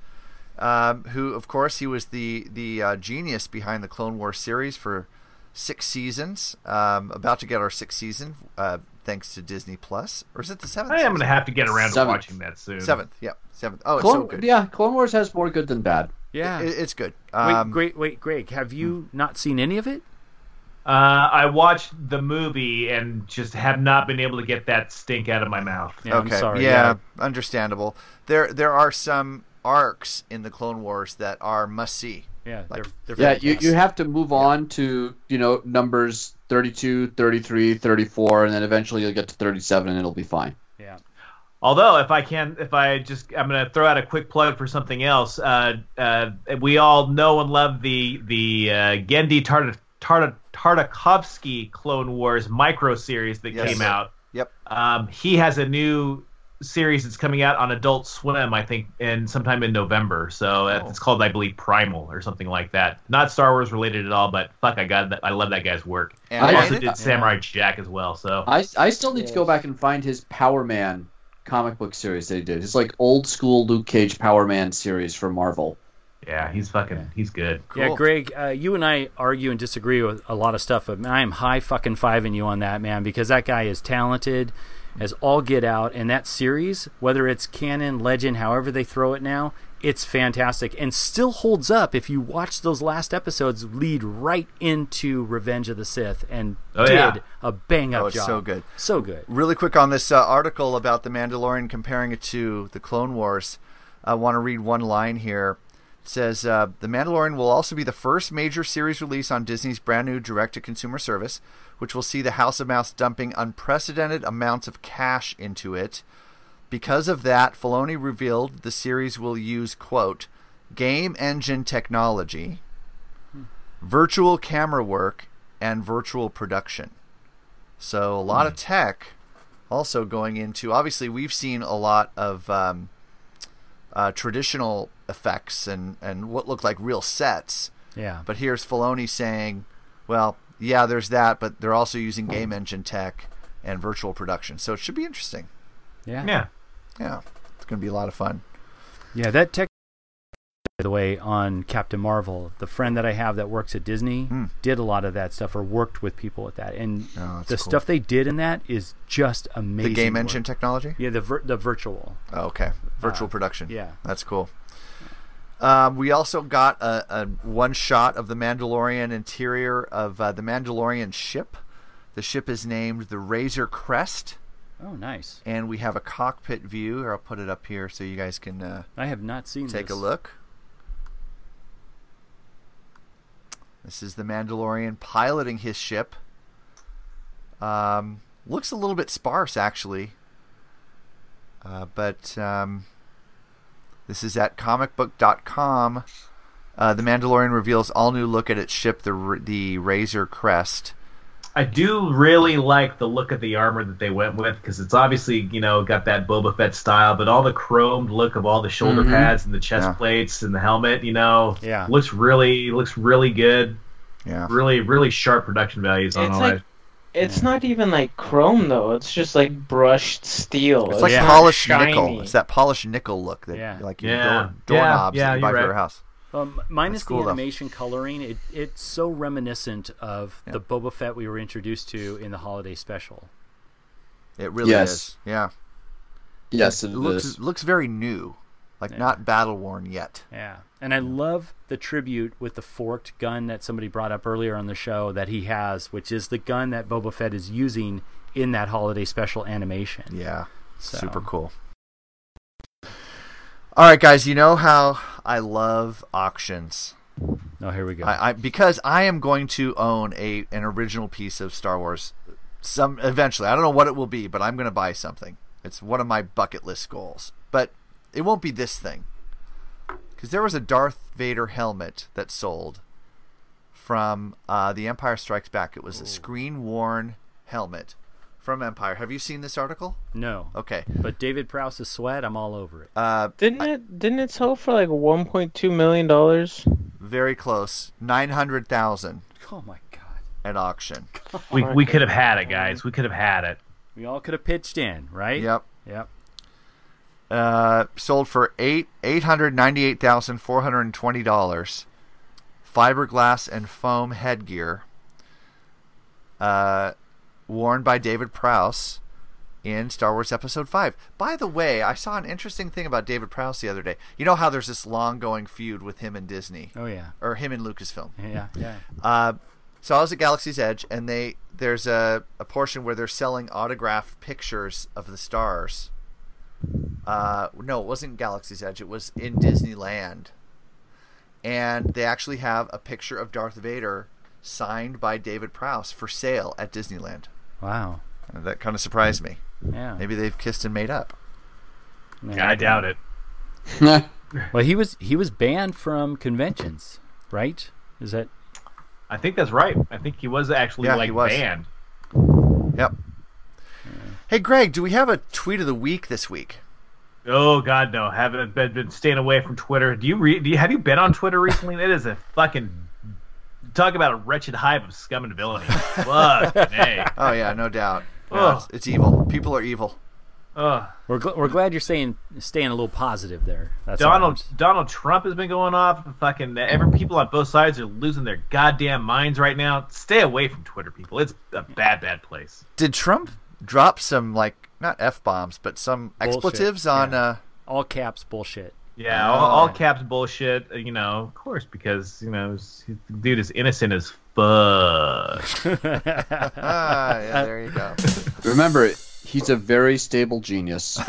Um, who, of course, he was the the uh, genius behind the Clone Wars series for six seasons. Um, about to get our sixth season, uh, thanks to Disney Plus, or is it the seventh?
I am
going
to have to get around seventh. to watching that soon.
Seventh, yeah, seventh. Oh,
Clone,
so good.
Yeah, Clone Wars has more good than bad.
Yeah,
it, it's good. Um, Hmm.
wait, great, wait, Greg, have you not seen any of it?
Uh, I watched the movie and just have not been able to get that stink out of my mouth.
Yeah,
okay,
sorry,
yeah, yeah, understandable. There, there are some arcs in the Clone Wars that are must see.
Yeah,
like, they're, they're yeah, you, you have to move on yeah. to, you know, numbers 32, 33, 34, and then eventually you'll get to 37 and it'll be fine.
Yeah.
Although, if I can, if I just, I'm going to throw out a quick plug for something else. Uh, uh, we all know and love the the uh, Gendy Tart- Tart- Tartakovsky Clone Wars micro series that yes. came out.
Yep.
Um, he has a new series that's coming out on Adult Swim, I think, and sometime in November. So oh. it's called, I believe, Primal or something like that. Not Star Wars related at all, but fuck, I got that. I love that guy's work. And I also did it? Samurai yeah. Jack as well. So
I, I still need to go back and find his Power Man comic book series that he did. It's like old school Luke Cage Power Man series for Marvel.
Yeah, he's fucking, yeah. he's good.
Cool. Yeah, Greg, uh, you and I argue and disagree with a lot of stuff, but man, I am high fucking fiving you on that, man, because that guy is talented as all get out and that series whether it's canon legend however they throw it now it's fantastic and still holds up if you watch those last episodes lead right into revenge of the sith and oh, did yeah. a bang up
oh, it's
job
so good
so good
really quick on this uh, article about the mandalorian comparing it to the clone wars i want to read one line here it says uh, the mandalorian will also be the first major series release on disney's brand new direct-to-consumer service which will see the House of Mouse dumping unprecedented amounts of cash into it. Because of that, Filoni revealed the series will use, quote, game engine technology, virtual camera work, and virtual production. So a lot of tech also going into. Obviously, we've seen a lot of um, uh, traditional effects and, and what look like real sets.
Yeah.
But here's Filoni saying, well, yeah, there's that, but they're also using game
Hmm.
engine tech and virtual production. So it should be interesting.
Yeah.
Yeah.
Yeah. It's going to be a lot of fun.
Yeah, that tech by the way on Captain Marvel, the friend that I have that works at Disney mm. did a lot of that stuff or worked with people at that. And
Hmm. oh,
the
cool.
stuff they did in that is just amazing.
The game
work.
engine technology?
Yeah, the vir- the virtual.
Oh, okay. Virtual uh, production.
Yeah.
That's cool. Um, we also got a, a, one shot of the Mandalorian interior of uh, the Mandalorian ship. The ship is named the Razor Crest.
Oh, nice!
And we have a cockpit view. Or I'll put it up here so you guys can. Uh,
I have not seen.
Take
this.
a look. This is the Mandalorian piloting his ship. Um, looks a little bit sparse, actually. Uh, but um, this is at comicbook.com. Uh, the Mandalorian reveals all new look at its ship, the the Razor Crest.
I do really like the look of the armor that they went with because it's obviously you know got that Boba Fett style, but all the chromed look of all the shoulder mm-hmm. pads and the chest yeah. plates and the helmet, you know,
yeah.
looks really looks really good.
Yeah,
really really sharp production values on
It's
all
like-
that.
It's not even like chrome though. It's just like brushed steel.
It's like
not
polished
shiny.
nickel. It's that polished nickel look that
Yeah.
like your
Yeah.
door, doorknobs
Yeah,
that you buy
you're
for
right.
your house.
Um, minus
cool,
the
though.
animation coloring, it, it's so reminiscent of the Boba Fett we were introduced to in the holiday special.
It really
Yes.
is. Yeah.
Yes,
It
it
looks
is.
looks very new, like not battle worn yet.
Yeah. And I love the tribute with the forked gun that somebody brought up earlier on the show that he has, which is the gun that Boba Fett is using in that holiday special animation.
Yeah.
So-
Super cool. All right, guys. You know how I love auctions.
Oh, here we go.
I, I because I am going to own a an original piece of Star Wars some eventually. I don't know what it will be, but I'm going to buy something. It's one of my bucket list goals. But it won't be this thing. Cuz there was a Darth Vader helmet that sold from uh, The Empire Strikes Back. It was a screen-worn helmet from Empire. Have you seen this article?
no.
Okay.
But David Prowse's sweat, I'm all over it.
Uh,
Didn't it? Didn't it sell for like 1.2 million dollars?
very close. 900,000
Oh, my God.
at auction.
We we could have had it, guys. We could have had it.
We all could have pitched in, right?
Yep.
Yep.
uh, sold for eight eight hundred ninety eight thousand four hundred twenty dollars. Fiberglass and foam headgear, uh, worn by David Prowse in Star Wars Episode Five. By the way, I saw an interesting thing about David Prowse the other day. You know how there's this long going feud with him and Disney,
Oh, yeah.
or him and Lucasfilm.
Yeah. Yeah.
Uh, so I was at Galaxy's Edge, and they there's a, a portion where they're selling autographed pictures of the stars. Uh, no, it wasn't Galaxy's Edge. It was in Disneyland, and they actually have a picture of Darth Vader signed by David Prowse for sale at Disneyland.
Wow.
And that kind of surprised me.
Yeah.
Maybe they've kissed and made up.
Yeah.
I doubt it.
Well, he was he was banned from conventions, right? Is that
I think that's right. I think he was actually
Yeah, he
like
was.
banned.
Yep. Hey, Greg, do we have a tweet of the week this week?
Oh God, no! Haven't been, been staying away from Twitter. Do you read? Do you, have you been on Twitter recently? It is a fucking talk about a wretched hive of scum and villainy. Fuck, hey.
Oh yeah, no doubt. Yeah,
Ugh.
it's, it's evil. People are evil.
Ugh.
we're gl- we're glad you're saying staying a little positive there. That's all I'm
Donald
s-
Donald Trump has been going off. Fucking every people on both sides are losing their goddamn minds right now. Stay away from Twitter, people. It's a bad, bad place.
did Trump drop some like not f bombs, but some
Bullshit,
expletives on?
yeah.
Uh,
all caps bullshit.
Yeah, all, all caps bullshit. You know, of course, because you know, s- dude is innocent as fuck.
Oh,
ah, yeah, there you go.
Remember, he's a very stable genius,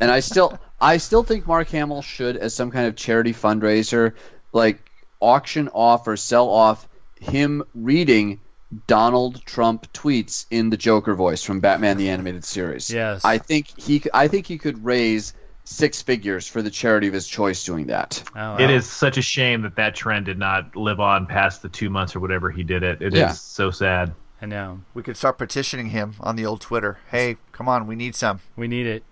and I still, I still think Mark Hamill should, as some kind of charity fundraiser, like auction off or sell off him reading Donald Trump tweets in the Joker voice from Batman the Animated Series.
Yes.
I think he, c- I think he could raise six figures for the charity of his choice doing that.
Oh,
It
wow.
is such a shame that that trend did not live on past the two months or whatever he did it. It is
Yeah.
so sad.
I know.
We could start petitioning him on the old Twitter. Hey, come on, we need some.
We need it.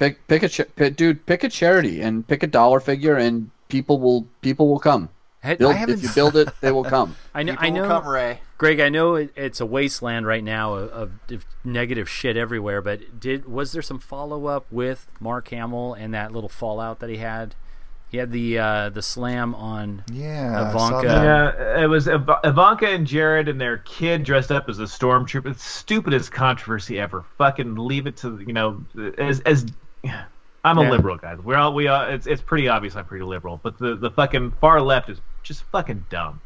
Pick, pick a, cha- pick, dude, pick a charity and pick a dollar figure, and people will, people will come.
I,
Build,
I
if
haven't.
you build it, they will come.
I know.
People
I
will
know.
come, Ray.
Greg, I know it, it's a wasteland right now of, of, of negative shit everywhere. But did was there some follow up with Mark Hamill and that little fallout that he had? He had the uh, the slam on
Yeah, I saw
Ivanka.
that.
Yeah, it was Iv- Ivanka and Jared and their kid dressed up as a stormtrooper. It's stupidest controversy ever. Fucking leave it to you know as as I'm a
Yeah.
liberal guys. We're all we are. It's it's pretty obvious I'm pretty liberal, but the the fucking far left is just fucking dumb.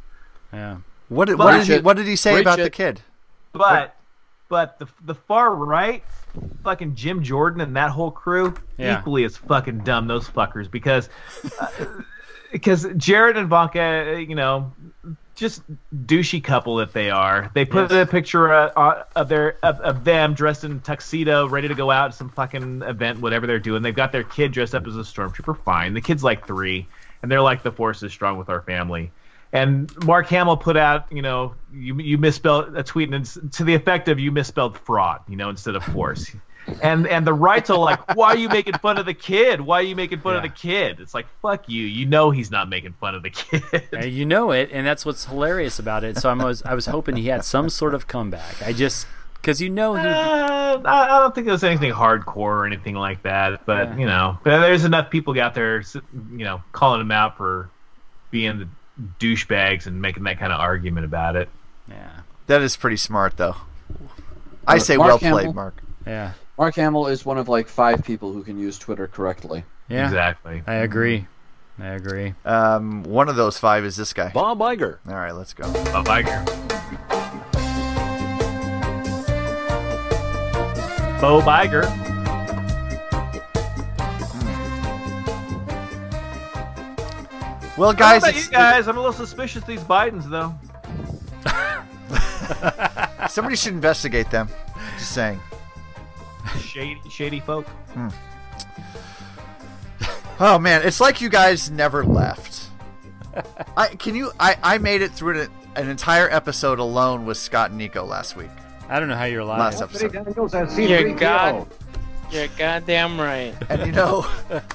Yeah.
What did, what did he
Bullshit.
What did he say about the
Bullshit.
kid?
But but the the far right, fucking Jim Jordan and that whole crew,
Yeah.
equally as fucking dumb those fuckers because because Jared and Ivanka, you know, just douchey couple that they are. They put a picture uh, uh, of their of, of them dressed in tuxedo, ready to go out to some fucking event, whatever they're doing. They've got their kid dressed up as a stormtrooper. Fine, the kid's like three. and they're like the force is strong with our family. And Mark Hamill put out, you know, you you misspelled a tweet and it's, to the effect of you misspelled fraud, you know, instead of force. and and the rights are like, why are you making fun of the kid? Why are you making fun yeah. of the kid? It's like, fuck you. You know he's not making fun of the kid.
Yeah, uh, you know it, and that's what's hilarious about it. So I was I was hoping he had some sort of comeback. I just because you know he.
Uh, I, I don't think there was anything hardcore or anything like that, but yeah. you know, there's enough people out there, you know, calling him out for being the douchebags and making that kind of argument about it.
Yeah,
that is pretty smart, though. I say Mark well played,
Hamill.
Mark.
Yeah.
Mark Hamill is one of like five people who can use Twitter correctly.
Yeah,
exactly.
I agree. I agree.
Um, one of those five is this guy,
Bob Iger.
All right, let's go.
Bob Iger. Bo Iger.
Hmm. Well, guys,
you guys, I'm a little suspicious of these Bidens, though.
Somebody should investigate them. Just saying
shady, shady folk. Hmm.
Oh man, it's like you guys never left. I can you I, I made it through an, an, entire episode alone with Scott and Nico last week.
I don't know how you're
Oh,
alive.
Last episode.
You're god. You're goddamn right.
And you know,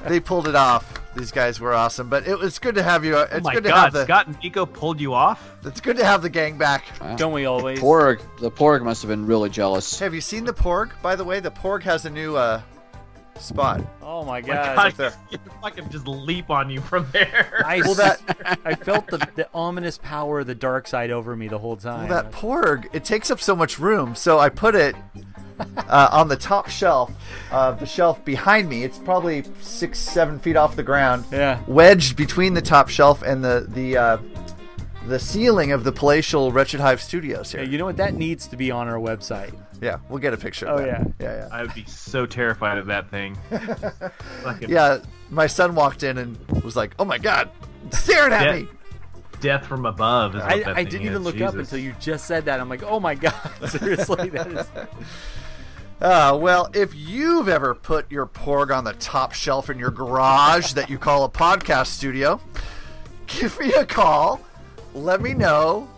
they pulled it off. These guys were awesome, but it was good to have you. It's oh
my
good
God,
to have the,
Scott and Nico pulled you off.
It's good to have the gang back.
Wow. Don't we always?
The Porg, the Porg must have been really jealous.
Hey, have you seen the Porg? By the way, the Porg has a new uh, spot.
Oh my God!
My God I can just leap on you from there.
I, well, that I felt the, the ominous power of the dark side over me the whole time.
Well, that Porg, it takes up so much room, so I put it uh, on the top shelf of uh, the shelf behind me. It's probably six, seven feet off the ground.
Yeah.
Wedged between the top shelf and the the uh, the ceiling of the palatial Wretched Hive Studios here.
Yeah, you know what? That needs to be on our website.
Yeah, we'll get a picture.
Oh
yeah,
yeah,
yeah. I
would be so terrified of that thing.
Fucking... Yeah, my son walked in and was like, "Oh my god, staring at
Death,
me."
Death from above. I,
I didn't even
is.
look
Jesus.
up until you just said that. I'm like, oh my god, seriously, that is.
Uh, well, if you've ever put your porg on the top shelf in your garage that you call a podcast studio, give me a call. Let me know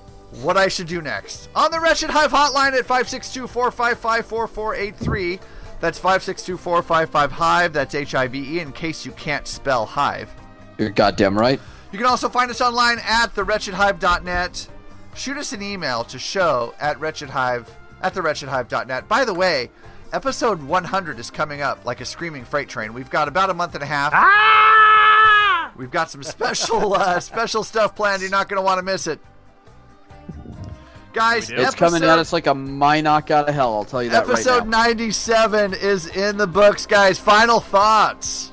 what I should do next. On the Wretched Hive hotline at 562 455 4483. That's 562 455 Hive. That's H I V E in case you can't spell Hive.
You're goddamn right.
You can also find us online at thewretchedhive.net. Shoot us an email to show at wretchedhive at thewretchedhive.net. By the way, episode 100 is coming up like a screaming freight train. We've got about a month and a half.
Ah!
We've got some special uh, special stuff planned. You're not going to want to miss it. Guys,
it's episode, coming out. It's like a my knock out of hell. I'll tell you that.
Episode
right
97 is in the books, guys. Final thoughts.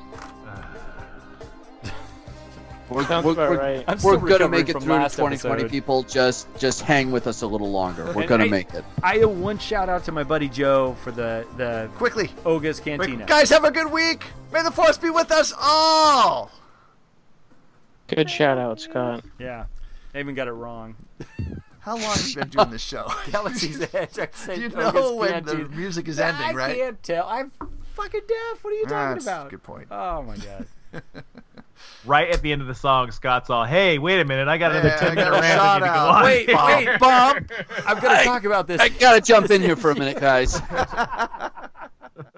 We're, we're, we're, right. we're gonna make it through 2020. Episode. People, just just hang with us a little longer. We're and gonna
I,
make it.
I owe one shout out to my buddy Joe for the the
quickly
Oga's Cantina.
Guys, have a good week. May the force be with us all.
Good shout out, Scott.
Yeah, I even got it wrong.
How long have you been doing this show?
Galaxy's Edge. I said
you know
Oga's
when
Cantina.
the music is ending,
I
right? Ah,
I can't tell. I'm fucking deaf. What are you talking
That's
about?
A good point.
Oh my god.
right at the end of the song, Scott's all, "Hey, wait a minute, I got another
Yeah, I
ten minute
got a
rant I need to go
shout-out.
on."
wait, wait, Bob. I'm gonna
I-
talk about this.
I gotta jump in here for a minute, guys.